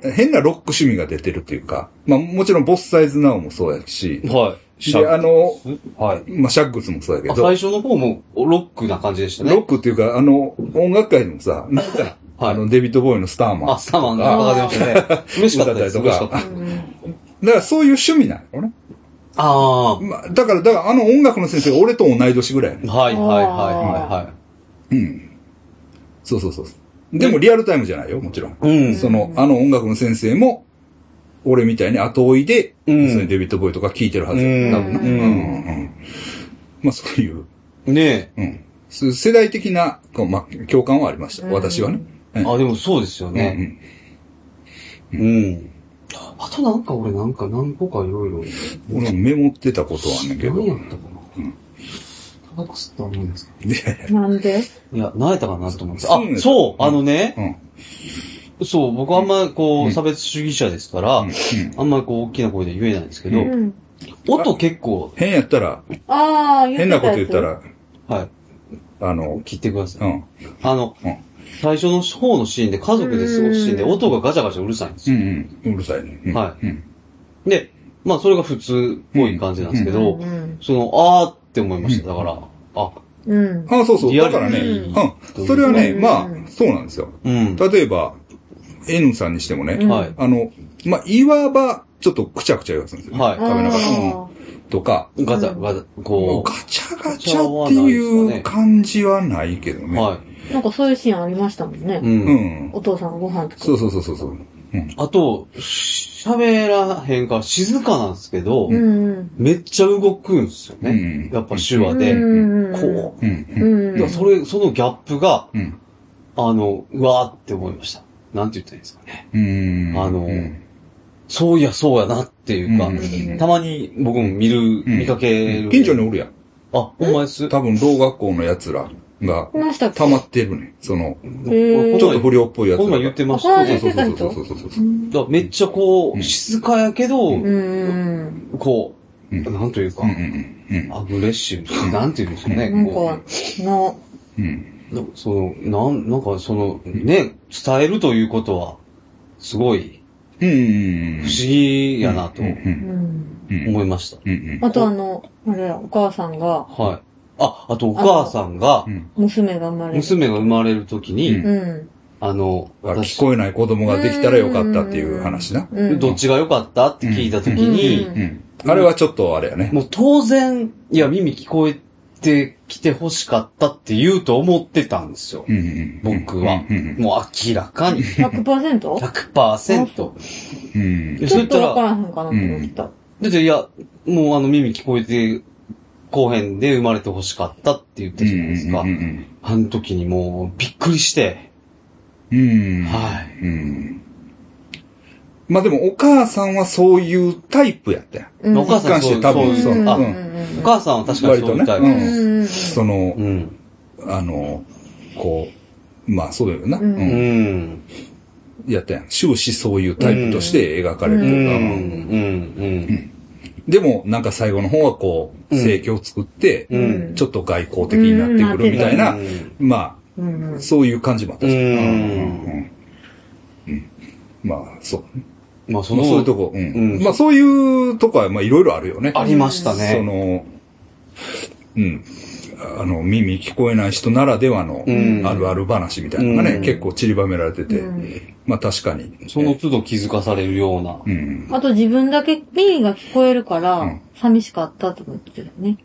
Speaker 3: は
Speaker 2: 変なロック趣味が出てるというか、まあもちろんボスサイズナウもそうやし、
Speaker 1: はい。
Speaker 2: で、あの、
Speaker 1: はい。
Speaker 2: まあシャッグスもそうやけ
Speaker 1: あ
Speaker 2: ど、
Speaker 1: 最初の方もロックな感じでした
Speaker 2: ロ
Speaker 1: ね
Speaker 2: ッ。クっていうか、あの、音楽界でもさ、なんか、
Speaker 1: はい
Speaker 2: あの、デビッド・ボーイのスターマン。
Speaker 1: あ、スターマンが上がってましたね。嬉しかったです。
Speaker 2: 歌
Speaker 1: 嬉
Speaker 2: っ
Speaker 1: したか
Speaker 2: りと
Speaker 1: っ
Speaker 2: か
Speaker 1: た。
Speaker 2: だからそういう趣味なのね。
Speaker 1: ああ。はい
Speaker 2: まあ、だから、だからあの音楽の先生が俺と同い年ぐらいやね。
Speaker 1: はいはいは
Speaker 2: うん。そうそうそう。でもリアルタイムじゃないよ、もちろん。
Speaker 1: いはい。うん。
Speaker 2: その、あの音楽の先生も、俺みたいに後追いで、
Speaker 1: うん
Speaker 2: そのデビッド・ボーイとか聴いてるはず。
Speaker 1: うん
Speaker 2: 多分な
Speaker 3: うん
Speaker 2: うんうんまあそういう、
Speaker 1: ね
Speaker 2: うん。そういう世代的な、こうまあ、共感はありました。
Speaker 3: うん
Speaker 2: 私はね。
Speaker 1: え。あ、でもそうですよ
Speaker 2: うんう
Speaker 1: ね。
Speaker 2: ん。
Speaker 1: うん。あとなんか俺なんか何個かいろいろ。
Speaker 2: 俺もメモってたことはあんねんけど。
Speaker 1: 何やったかな。タバコ吸った思うんですか
Speaker 2: で、
Speaker 3: なんで
Speaker 1: いや、何やったかなと思うんです。あ
Speaker 2: そうなん、です
Speaker 1: そう
Speaker 2: よ、
Speaker 1: あのね
Speaker 2: う、ん。
Speaker 1: そう、僕あんまこ
Speaker 2: う
Speaker 1: う、
Speaker 2: ん
Speaker 1: 差別主義者ですから、あんまりこう、大きな声で言えないんですけど
Speaker 2: う
Speaker 3: う、ん。
Speaker 1: 音結構、
Speaker 2: 変やったら、
Speaker 3: ああ、
Speaker 2: 変なこと言った。ら、
Speaker 1: はい、
Speaker 2: あの、
Speaker 1: 切ってくださ
Speaker 2: う
Speaker 1: い。
Speaker 2: ん。
Speaker 1: あの
Speaker 2: うん、
Speaker 1: 最初の方のシーンで、家族で過ごすシーンで、
Speaker 3: うん
Speaker 1: 音がガチャガチャうるさいんです
Speaker 2: う
Speaker 1: よ。
Speaker 2: んうん。うるさいね。うん
Speaker 1: は
Speaker 2: うん。
Speaker 1: で、まあ、それが普通っぽい感じなんですけど
Speaker 3: う、ん。
Speaker 1: その、あーって思いました。だから、あ、
Speaker 3: うん。
Speaker 2: あ、そうそう。
Speaker 1: リ
Speaker 2: だ
Speaker 1: アル
Speaker 2: からね、
Speaker 1: うん
Speaker 2: うん。それはね、
Speaker 3: うん
Speaker 2: まあ、そうなんですよ。
Speaker 1: うん。
Speaker 2: 例えば、N さんにしてもね、
Speaker 3: うん
Speaker 1: はい。
Speaker 2: あの、まあ、いわば、ちょっとくちゃくちゃ言わすんですよね。
Speaker 1: はい
Speaker 2: 食べながら
Speaker 3: あ
Speaker 2: とか、
Speaker 1: ガチャ、ガチャ、
Speaker 2: もう
Speaker 1: こ
Speaker 2: ガチャガチャっていう感じはないけど
Speaker 1: う、
Speaker 2: ね。
Speaker 1: は
Speaker 3: ーなんかそういうシーンありましたもんね。
Speaker 1: い。う。
Speaker 2: うんん。
Speaker 3: お父さんがご飯作
Speaker 2: そ
Speaker 3: る。
Speaker 2: うそうそうそうそう。うん。
Speaker 1: あと、し喋らへんから静かなんですけど、
Speaker 3: うんうん。
Speaker 1: めっちゃ動くんですよね。
Speaker 2: うん
Speaker 1: やっぱ手話で。
Speaker 3: うん
Speaker 1: こ
Speaker 2: うん。
Speaker 3: う
Speaker 2: うん。
Speaker 1: う。
Speaker 3: ん。
Speaker 1: いや、それ、そのギャップが、
Speaker 2: うん。
Speaker 1: あの、うわーって思いました。なんて言ったらいいんですかね。
Speaker 2: うん。
Speaker 1: あの
Speaker 2: うん
Speaker 1: そういや、そうやなっていうか、
Speaker 2: うん
Speaker 1: たまに僕も見る、
Speaker 2: ん
Speaker 1: 見かける。
Speaker 2: 近所におるやん。
Speaker 1: あ、ほんまです。
Speaker 2: 多分、同学校の奴らが、
Speaker 3: いましたっけ
Speaker 2: 溜まってるね。その、
Speaker 1: ち
Speaker 3: へー
Speaker 2: ちょっと不良っぽいやつ
Speaker 1: ほん
Speaker 2: ら
Speaker 1: ま言
Speaker 2: が
Speaker 1: っ。てまし
Speaker 3: あ
Speaker 1: た。
Speaker 3: ほんま言って
Speaker 2: そ
Speaker 3: た
Speaker 2: うそうそうそうそうそうそう。
Speaker 1: だからめっちゃこ
Speaker 2: う
Speaker 1: う、
Speaker 2: ん
Speaker 1: 静かやけど、
Speaker 3: うん。
Speaker 1: こう、
Speaker 2: うん
Speaker 1: なんというか、
Speaker 2: うんうんうん。
Speaker 1: アグレッシブ、なんていうんですかね。
Speaker 3: なん
Speaker 1: こ
Speaker 3: か、の、
Speaker 2: うん。うん。
Speaker 1: うなその、なん、なんかその、ね、伝えるということは、すごい、
Speaker 2: うんうんうん。
Speaker 1: 不思議やなと
Speaker 2: うん
Speaker 3: う
Speaker 2: う
Speaker 3: んん。
Speaker 2: うん。
Speaker 1: 思いました。
Speaker 2: うんうん。
Speaker 3: あとあの、あれ、お母さんが、
Speaker 1: はい。あ、あとお母さんが
Speaker 2: う、ん
Speaker 3: 娘が生まれる。
Speaker 1: 娘が生まれるときに、
Speaker 2: うん
Speaker 3: うん。
Speaker 1: あの、
Speaker 2: だから聞
Speaker 1: 私、
Speaker 2: こえない子供ができたらよかったっていう話な。
Speaker 3: うん。
Speaker 1: どっちが良かったって聞いたとき
Speaker 3: う
Speaker 1: に
Speaker 3: ん、
Speaker 2: うん。あれはちょっとあれやね。
Speaker 1: もう当然、いや、耳聞こえてきて欲しかったって言うと思ってたんですよ
Speaker 2: う。んうんうん
Speaker 1: 僕は
Speaker 2: うんうん
Speaker 1: もう明らかに
Speaker 3: 100%?
Speaker 1: 100%。
Speaker 2: うん
Speaker 1: で
Speaker 3: ち
Speaker 1: そ
Speaker 3: ょ
Speaker 1: う
Speaker 3: っ
Speaker 1: いった
Speaker 3: とわから
Speaker 1: ら、
Speaker 3: へんかなと思った。
Speaker 1: だっていや、もうあの耳聞こえて、後編で生まれて欲しかったって言ったじゃないですか
Speaker 2: うん。うん
Speaker 1: あの時にもうびっくりして、
Speaker 2: うんうん。
Speaker 1: は
Speaker 2: うん。まあでもお母さんはそういうタイプやったやん。
Speaker 3: うん
Speaker 1: お母さんそうい
Speaker 2: 一貫して多
Speaker 1: う、そう
Speaker 2: 分そ
Speaker 1: いう、
Speaker 2: う
Speaker 1: あ、
Speaker 2: うん
Speaker 1: お母さんは確かにそうみた
Speaker 2: 割と
Speaker 1: いな。
Speaker 2: ね
Speaker 3: うん。
Speaker 2: その
Speaker 1: う、ん。
Speaker 2: あの、こう、まあそうだよな。
Speaker 3: うん
Speaker 2: う
Speaker 1: うんん。
Speaker 2: やったやん。終始そういうタイプとして描かれる
Speaker 1: う
Speaker 2: と
Speaker 1: ん。う
Speaker 2: いうか
Speaker 1: ん。うん。
Speaker 2: でも、なんか最後の方はこう、
Speaker 1: うん
Speaker 2: 政教を作って、
Speaker 1: うん
Speaker 2: ちょっと外交的になってくるみたいな、
Speaker 1: うん
Speaker 2: ま
Speaker 3: うん
Speaker 2: あ、そういう感じもあったし。
Speaker 1: うん
Speaker 2: うんうんうんまあ、そう。
Speaker 1: まあ、そ
Speaker 2: まあ、
Speaker 1: の、
Speaker 2: そういうとこ、うん
Speaker 1: うん
Speaker 2: まあ、そういうとこは、まあ、いろいろあるよね。
Speaker 1: ありましたね。
Speaker 2: その、うん。あの、耳聞こえない人ならではの、
Speaker 1: うん
Speaker 2: あるある話みたいなのがね、
Speaker 1: うん
Speaker 2: 結構散りばめられてて、
Speaker 3: うん
Speaker 2: まあ、確かに。
Speaker 1: その都度気づかされるような。
Speaker 2: うん。
Speaker 3: あと自分だけ耳が聞こえるか
Speaker 2: う
Speaker 3: ら
Speaker 2: ん、
Speaker 3: 寂しかったと思ってるよね。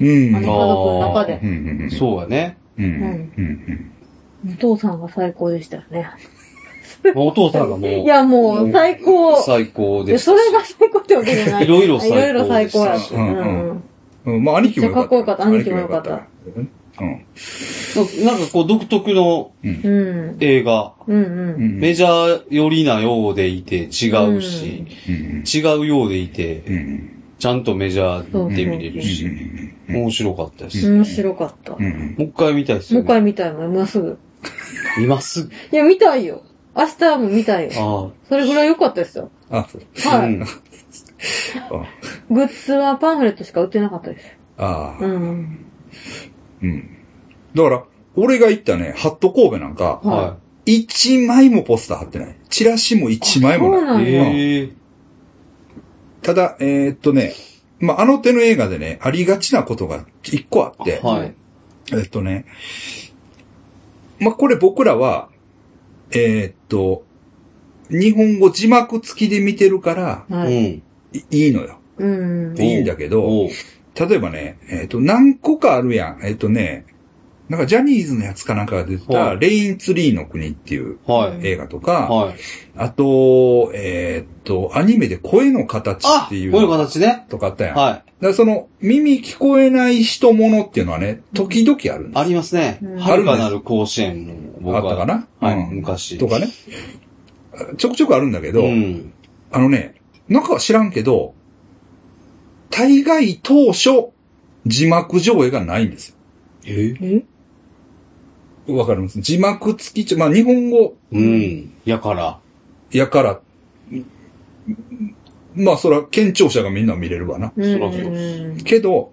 Speaker 2: うん。
Speaker 3: あの家族の中で
Speaker 2: う。んうんうん
Speaker 1: そうやね。
Speaker 2: うんうん
Speaker 3: う
Speaker 2: うん
Speaker 3: お父さんが最高でしたよね。
Speaker 1: まあお父さんがもう。
Speaker 3: いやもう最高
Speaker 1: 最
Speaker 3: い
Speaker 1: 高
Speaker 3: や
Speaker 1: です。
Speaker 3: それが最高ってわけじゃない。
Speaker 1: いろいろ最
Speaker 3: い
Speaker 1: 高
Speaker 3: ろいろ最高だった。
Speaker 2: うんうん
Speaker 3: うん
Speaker 2: うん。まあ、兄貴もよかった。
Speaker 3: めっちゃかっこよかった兄貴もよかった
Speaker 2: うん。
Speaker 1: なんかこう独特の
Speaker 3: うん。
Speaker 1: 映画。
Speaker 3: うん
Speaker 2: う
Speaker 3: うん。
Speaker 2: ん。
Speaker 1: メジャー寄りなようでいて違うし、
Speaker 2: うん
Speaker 1: 違うようでい
Speaker 2: うんう
Speaker 1: て、
Speaker 2: ん
Speaker 1: ちゃんとメジャーで見れる
Speaker 2: う
Speaker 1: し、
Speaker 2: ん
Speaker 1: 面白かったです。も
Speaker 3: 面白かった。
Speaker 2: う
Speaker 3: も
Speaker 2: ん
Speaker 1: う一回見たいです
Speaker 3: う
Speaker 1: よ
Speaker 3: 一
Speaker 1: ね。
Speaker 3: 回見たいもん、今すぐ。
Speaker 1: 今すぐ。
Speaker 3: いや、見たいよ。明日も見たいよ。
Speaker 1: あ
Speaker 3: それぐらい良かったですよ。
Speaker 2: あ、そう。
Speaker 1: あ。
Speaker 3: は
Speaker 1: う
Speaker 3: い。
Speaker 1: ん。
Speaker 2: あ
Speaker 3: グッズはパンフレットしか売ってなかったです。
Speaker 2: あ
Speaker 3: う、ん。
Speaker 2: うん。だから、俺が行ったね、ハット神戸なんか、
Speaker 1: は。
Speaker 2: 一枚もポスター貼ってない。チラシも一枚も
Speaker 3: そう
Speaker 2: な
Speaker 3: な
Speaker 2: い。
Speaker 3: いんや。
Speaker 1: ええ。
Speaker 2: ただ、えーっとね、まあ、あの手の映画でね、ありがちなことが一個あって、
Speaker 1: はい。
Speaker 2: えーっとね、まあ、これ僕らは、えーっと、日本語字幕付きで見てるから、
Speaker 1: う
Speaker 3: はい。
Speaker 1: ん。
Speaker 2: いいいのよ。
Speaker 3: うん。
Speaker 2: いいんだけど、
Speaker 1: おう
Speaker 2: 例えばね、えーっと、何個かあるやん。えーっとね、なんかジャニーズのやつかなんかが出て
Speaker 1: は
Speaker 2: た、
Speaker 1: い
Speaker 2: レインツリーの国っていう
Speaker 1: はい。
Speaker 2: 映画とか、
Speaker 1: はい。
Speaker 2: あと、えーっと、アニメで声の形
Speaker 1: あ
Speaker 2: っ
Speaker 1: こう
Speaker 2: て
Speaker 1: い
Speaker 2: いう
Speaker 1: う
Speaker 2: の
Speaker 1: 形ね。
Speaker 2: とかあったやん。だか
Speaker 1: は
Speaker 2: らその、耳聞こえない人ものっていうのはね、時々あるん
Speaker 1: い。
Speaker 2: で
Speaker 1: ありますね
Speaker 3: うん。
Speaker 1: 遥かなる甲子園の
Speaker 2: す。
Speaker 1: 僕
Speaker 2: あ
Speaker 1: は。
Speaker 2: ったかな、
Speaker 1: はい、
Speaker 2: うん
Speaker 1: 昔。
Speaker 2: とかね。ちょくちょくあるんだけど、
Speaker 1: うん。
Speaker 2: あのね、なんかは知らんけど、大概当初、字幕上映がないんです
Speaker 1: え
Speaker 3: え
Speaker 2: よ。わかります字幕付きちょ、まあ日本語
Speaker 1: うん。やから。
Speaker 2: やから、まあそら、健聴者がみんな見れるわな。
Speaker 3: う
Speaker 1: らそう
Speaker 3: うん。
Speaker 2: けど、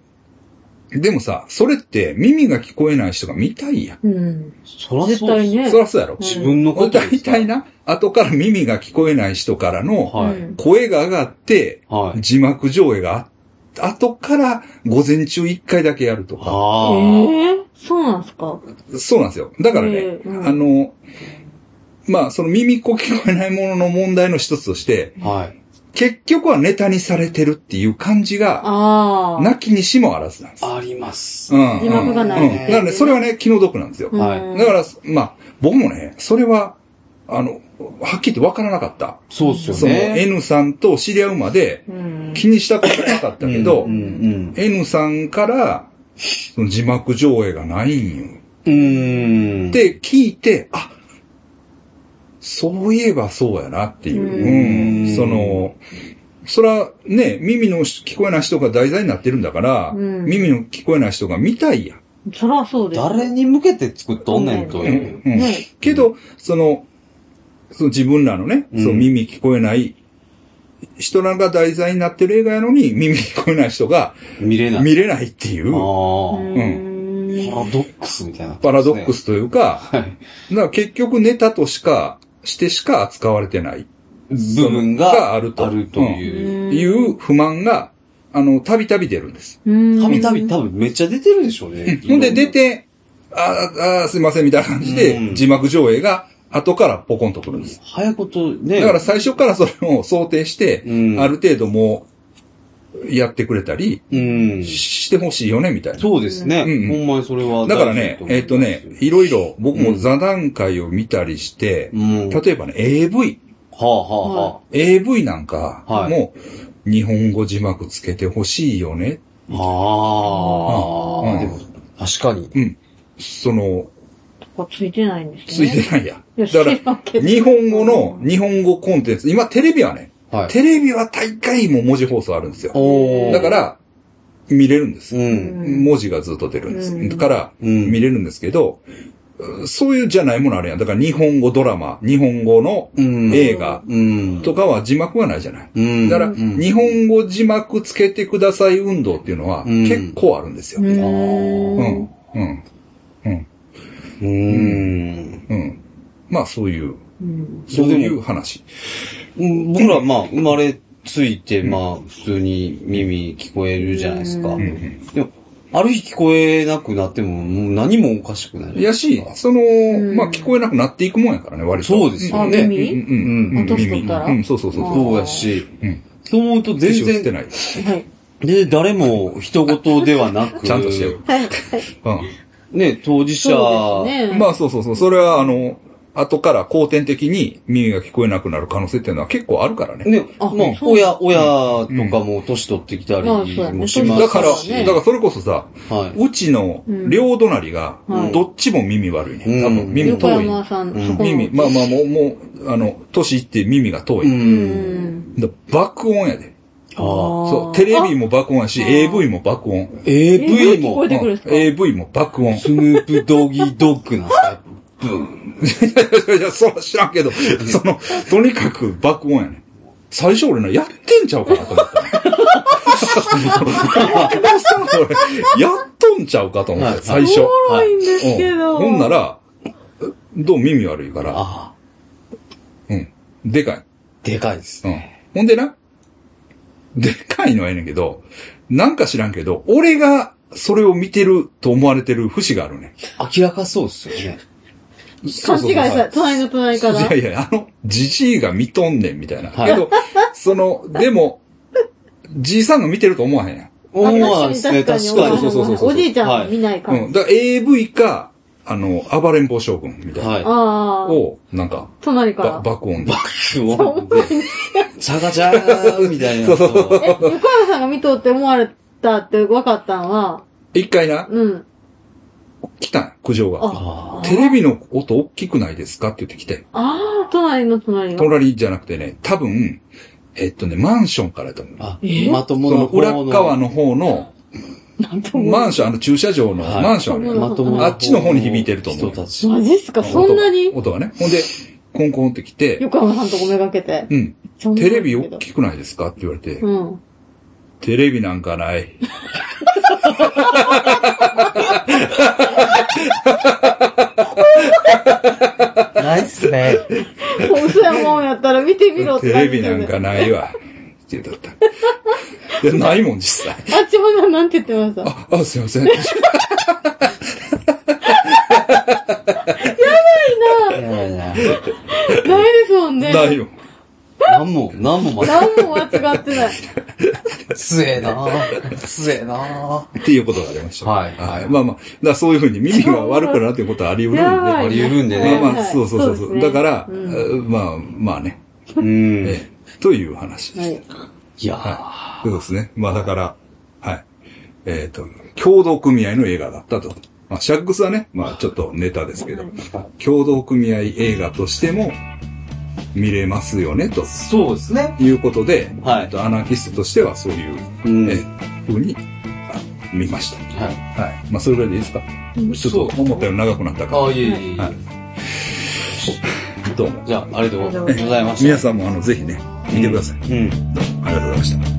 Speaker 2: でもさ、それって耳が聞こえない人が見たいやん。
Speaker 3: うん。
Speaker 1: そら
Speaker 3: 絶
Speaker 1: そう
Speaker 3: 対
Speaker 1: です。
Speaker 3: ね。
Speaker 2: そらそうやろ。
Speaker 1: 自分のことです
Speaker 2: 大体な、後から耳が聞こえない人からの
Speaker 1: は
Speaker 3: う
Speaker 1: い。
Speaker 3: ん
Speaker 2: 声が上がって、
Speaker 1: はい。
Speaker 2: 字幕上映があ、後から午前中一回だけやるとか。
Speaker 1: ああ。
Speaker 3: ええそうなんすか
Speaker 2: そうなんですよ。だからね、
Speaker 3: ええうん
Speaker 2: あの、まあその耳っこ聞こえないものの問題の一つとして、
Speaker 1: はい。
Speaker 2: 結局はネタにされてるっていう感じが、
Speaker 3: ああ。
Speaker 2: なきにしもあらずなんです。
Speaker 1: あります。
Speaker 2: うん
Speaker 3: 字幕がない
Speaker 2: うん。だからね、それはね、気の毒なんですよ。
Speaker 1: はい
Speaker 3: うん
Speaker 2: だから、まあ、僕もね、それは、あの、はっきり言って分からなかった。
Speaker 1: そうっすよ
Speaker 2: その
Speaker 1: ね。
Speaker 2: N さんと知り合うまで
Speaker 3: うん。
Speaker 2: 気にしたことなかったけど、
Speaker 1: うん
Speaker 2: N さんから、その字幕上映がないんよ。
Speaker 1: うん。うん。
Speaker 2: っ、て聞いて、あ、そういえばそうやなっていう。
Speaker 3: うん
Speaker 2: うんその、そらね、耳の聞こえない人が題材になってるんだから、
Speaker 3: うん
Speaker 2: 耳の聞こえない人が見たいやん。
Speaker 3: そらそうです。
Speaker 1: 誰に向けて作っとんねんという。
Speaker 2: うん
Speaker 3: ね
Speaker 2: けど、その、その自分らのね、
Speaker 1: うん
Speaker 2: その耳聞こえない人らが題材になってる映画やのに、耳聞こえない人が
Speaker 1: 見れない。
Speaker 2: 見れないっていう
Speaker 1: あ
Speaker 3: う
Speaker 1: あ。パ
Speaker 3: ん。
Speaker 1: ラドックスみたいな。
Speaker 2: パラドック。スというか、
Speaker 1: はい。
Speaker 2: だから結局ネタとしか、してしか扱われてない、
Speaker 1: 部分
Speaker 2: が
Speaker 1: が
Speaker 2: あると
Speaker 1: あるという。
Speaker 3: ん
Speaker 2: いう不満が、あの、たびたび出るんです。
Speaker 3: うん。
Speaker 1: たびたび多分めっちゃ出てるでしょうね。
Speaker 2: ほんで出て、あーあー、すいませんみたいな感じ
Speaker 1: う
Speaker 2: で、
Speaker 1: ん
Speaker 2: 字幕上映が後からポコンとくるんです。
Speaker 1: 早いことね。
Speaker 2: だから最初からそれを想定して、
Speaker 1: うん
Speaker 2: ある程度もう、やってくれたり、
Speaker 1: うん。
Speaker 2: してほしいよね、みたいな。
Speaker 1: そうですね。
Speaker 2: うん
Speaker 1: ほんまにそれは。
Speaker 2: だからね、えっとね、いろいろ僕も座談会を見たりして
Speaker 1: う、ん。は
Speaker 2: 例えばね、AV。
Speaker 1: あはあは
Speaker 2: AV なんか
Speaker 1: はい
Speaker 2: も日本語字幕つけてほしいよね。
Speaker 1: あ。ああ。
Speaker 2: うん
Speaker 1: でも、確かに。
Speaker 2: その、
Speaker 3: かついてないんです
Speaker 2: つ
Speaker 3: ね。
Speaker 2: いてないや。
Speaker 3: いや
Speaker 2: だ
Speaker 3: 知らん
Speaker 2: か
Speaker 3: け
Speaker 2: ら、
Speaker 3: ど
Speaker 2: 日本語の、日本語コンテンツ、今テレビはね、
Speaker 1: はい。
Speaker 2: テレビは大概もう文字放送あるんですよ。
Speaker 1: おー
Speaker 2: だか、ら、見れるんです
Speaker 1: う。ん。
Speaker 3: うん
Speaker 2: 文字がずっと出るんです。
Speaker 3: うん
Speaker 2: だから、
Speaker 1: うん
Speaker 2: 見れるんですけど、そういうじゃないものあるやん。だから日本語ドラマ、日本語の
Speaker 1: うん。
Speaker 2: 映画
Speaker 1: うん。
Speaker 2: とかは字幕はないじゃない。
Speaker 1: うん。
Speaker 2: だから、
Speaker 1: うん
Speaker 2: 日本語字幕つけてください運動っていうのは
Speaker 1: うん
Speaker 2: 結構あるんですよ。
Speaker 3: う
Speaker 2: うん。
Speaker 1: ー
Speaker 3: ーん。
Speaker 2: うん。
Speaker 1: うん。
Speaker 2: うん。まあそういう、
Speaker 3: うん。
Speaker 2: そういう話。
Speaker 1: うん僕ら、まあ、生まれついて、まあ、普通に耳聞こえるじゃないですか。
Speaker 3: う
Speaker 2: うんん
Speaker 1: でも、ある日聞こえなくなっても、もう何もおかしくな
Speaker 2: うん。
Speaker 1: い。
Speaker 2: やし、その、
Speaker 3: ん
Speaker 2: まあ聞こえなくなっていくもんやからね、割と。
Speaker 1: そうですよね
Speaker 3: あ
Speaker 2: うん
Speaker 3: 耳
Speaker 2: うんうん。
Speaker 3: あ年取ったら
Speaker 2: うん、そうそうそうそう。
Speaker 1: そうやし、
Speaker 2: うん。
Speaker 1: そう思うと全
Speaker 2: 全然して
Speaker 1: 然、
Speaker 2: ない。
Speaker 3: はい。
Speaker 1: で、誰も人事ではなく、
Speaker 2: ちゃんとしてよ。
Speaker 3: はい。
Speaker 2: う
Speaker 1: ね、当事者、
Speaker 3: そうですね。
Speaker 2: ん。まあそうそうそう。それはあの、後から後天的に耳が聞こえなくなる可能性っていうのは結構あるからね。
Speaker 1: ね、
Speaker 3: あ
Speaker 1: まあ
Speaker 3: そう
Speaker 1: 親、親とかも年取ってきたり
Speaker 3: まあそうやね
Speaker 1: もしま
Speaker 2: だ
Speaker 1: す
Speaker 2: から、
Speaker 1: し。
Speaker 3: ね
Speaker 2: だからそれこそさ、
Speaker 1: はいう
Speaker 2: ちの両隣が
Speaker 3: うんはい、
Speaker 2: どっちも耳悪いね。
Speaker 1: うん
Speaker 2: 多分耳
Speaker 3: 横
Speaker 2: 遠い。
Speaker 3: 山さん、
Speaker 1: うん
Speaker 3: そこの
Speaker 2: 耳、まあまあもう、もう、あの、年いって耳が遠
Speaker 1: う
Speaker 2: い。
Speaker 1: ん。
Speaker 2: だ爆音やで。
Speaker 1: ああ。
Speaker 2: そう、テレビも爆音やし、
Speaker 3: あ
Speaker 2: AV も爆音。
Speaker 1: AV
Speaker 3: 聞こ
Speaker 1: も
Speaker 3: え、てくるんですか
Speaker 2: うん AV も爆音。い <laughs>
Speaker 1: スヌープドギードッグなんですか
Speaker 2: やいやいや、そら知らんけど、その、とにかく爆音やね。最初俺な、やってんちゃうかなと思った。 <laughs>
Speaker 3: <laughs>
Speaker 2: 俺やっとんちゃうかと思っ
Speaker 1: はい
Speaker 2: て、最初。
Speaker 3: おもろいんですけ
Speaker 2: うん
Speaker 3: ど。
Speaker 2: ほんなら、どう耳悪いから、
Speaker 1: ああ、
Speaker 2: うん。でかい。
Speaker 1: でかいです。
Speaker 2: うん。ほんでな、でかいのはええねんけど、なんか知らんけど、俺がそれを見てると思われてる節があるね。
Speaker 1: 明らかそうですよね。
Speaker 3: 勘違いされ、隣の隣から。
Speaker 2: いやいや、あの、じじいが見とんねんみたいな。
Speaker 1: はい
Speaker 2: けど、その、でも、じいさんが見てると思わへんやん。
Speaker 1: 思わんですね、確かに。
Speaker 2: そうそうそうそう
Speaker 3: おじいちゃん見ないから。
Speaker 2: うん。だから AV か、あの、暴れん坊将軍みたいな。
Speaker 1: はい。
Speaker 3: ああ、
Speaker 2: を、なんか、
Speaker 3: 隣か
Speaker 2: ば
Speaker 3: ら。
Speaker 2: 爆音で。
Speaker 1: 爆音で、チャカチャーみたいな。
Speaker 2: そうそうそう
Speaker 3: え、横山さんが見とって思われたって分かったんは、
Speaker 2: 一回な、
Speaker 3: うん。
Speaker 2: 来たんや苦情が。
Speaker 3: あ、
Speaker 1: あ
Speaker 2: テレビの音大きくないですかって言ってきて。
Speaker 3: ああ、隣の隣が。
Speaker 2: 隣じゃなくてね、多分、えっとね、マンションからだと思う。
Speaker 1: あ、
Speaker 3: え
Speaker 1: まとも
Speaker 2: そ
Speaker 1: な
Speaker 2: の裏側
Speaker 1: の。
Speaker 2: の方の、
Speaker 3: なんとも。
Speaker 2: マンション、あの駐車場の
Speaker 1: はい
Speaker 2: マンションあるやん
Speaker 3: うん
Speaker 1: まともな
Speaker 2: あっちの方に響いてると思う
Speaker 1: 人たち。
Speaker 3: マジっすか、そんな
Speaker 2: 音
Speaker 3: に
Speaker 2: が音がね。ほんで、コンコンって来て、
Speaker 3: 横山さんとこめがけて。
Speaker 2: うん。
Speaker 3: そんな
Speaker 2: テ
Speaker 3: んだけ
Speaker 2: レビ
Speaker 3: ど
Speaker 2: 大きくないですかって言われて、
Speaker 3: うん。
Speaker 2: テレビなんかない。
Speaker 1: ないっすね。
Speaker 3: 嘘やもんやったら見てみろって
Speaker 2: テ
Speaker 3: 感
Speaker 2: レ
Speaker 3: じで
Speaker 2: ビなんかないわ。って言うとった。
Speaker 3: <laughs>
Speaker 2: いや、ないもん実際。
Speaker 3: あっちもな、なんて言ってまし
Speaker 2: あ、あ、すいません。
Speaker 3: たないなないですもんね。
Speaker 2: ないよ。
Speaker 1: 何も、何もまだ。 <laughs>
Speaker 3: 何も間違って
Speaker 2: <laughs>
Speaker 3: ない。
Speaker 1: つえなつえな
Speaker 2: っていうことがありました。
Speaker 1: はい
Speaker 2: まあまあ、だからそういうふうに耳が悪くなるっていうことはあり得るんで。
Speaker 3: やばい
Speaker 1: あり緩んでね
Speaker 2: まあまあ、そうそうそう。そうだから、
Speaker 3: うん
Speaker 2: えーまあまあね、
Speaker 1: うん。い
Speaker 2: えーという話でした。
Speaker 1: や
Speaker 2: はい。そうですね。まあだから、はい。えっ、と、共同組合の映画だったと。まあ、シャックスはね、まあちょっとネタですけど、共同組合映画としても見れますよね、と
Speaker 1: そうですね。
Speaker 2: いうことで、
Speaker 1: はい
Speaker 2: えっとアナキストとしてはそういう、
Speaker 1: うん
Speaker 2: えーふうにあ見ました。
Speaker 1: はい。
Speaker 2: はい。まあ、それぐらいでいいですか
Speaker 3: うん
Speaker 2: ちょっと思ったより長くなったか
Speaker 1: あ、いえいえい
Speaker 2: は
Speaker 1: え。
Speaker 2: ら、どうも。
Speaker 1: じゃあ、ありがとうございました。
Speaker 2: 皆さんも、あの、ぜひね、見てください。
Speaker 1: うん。
Speaker 2: ありがとうございました。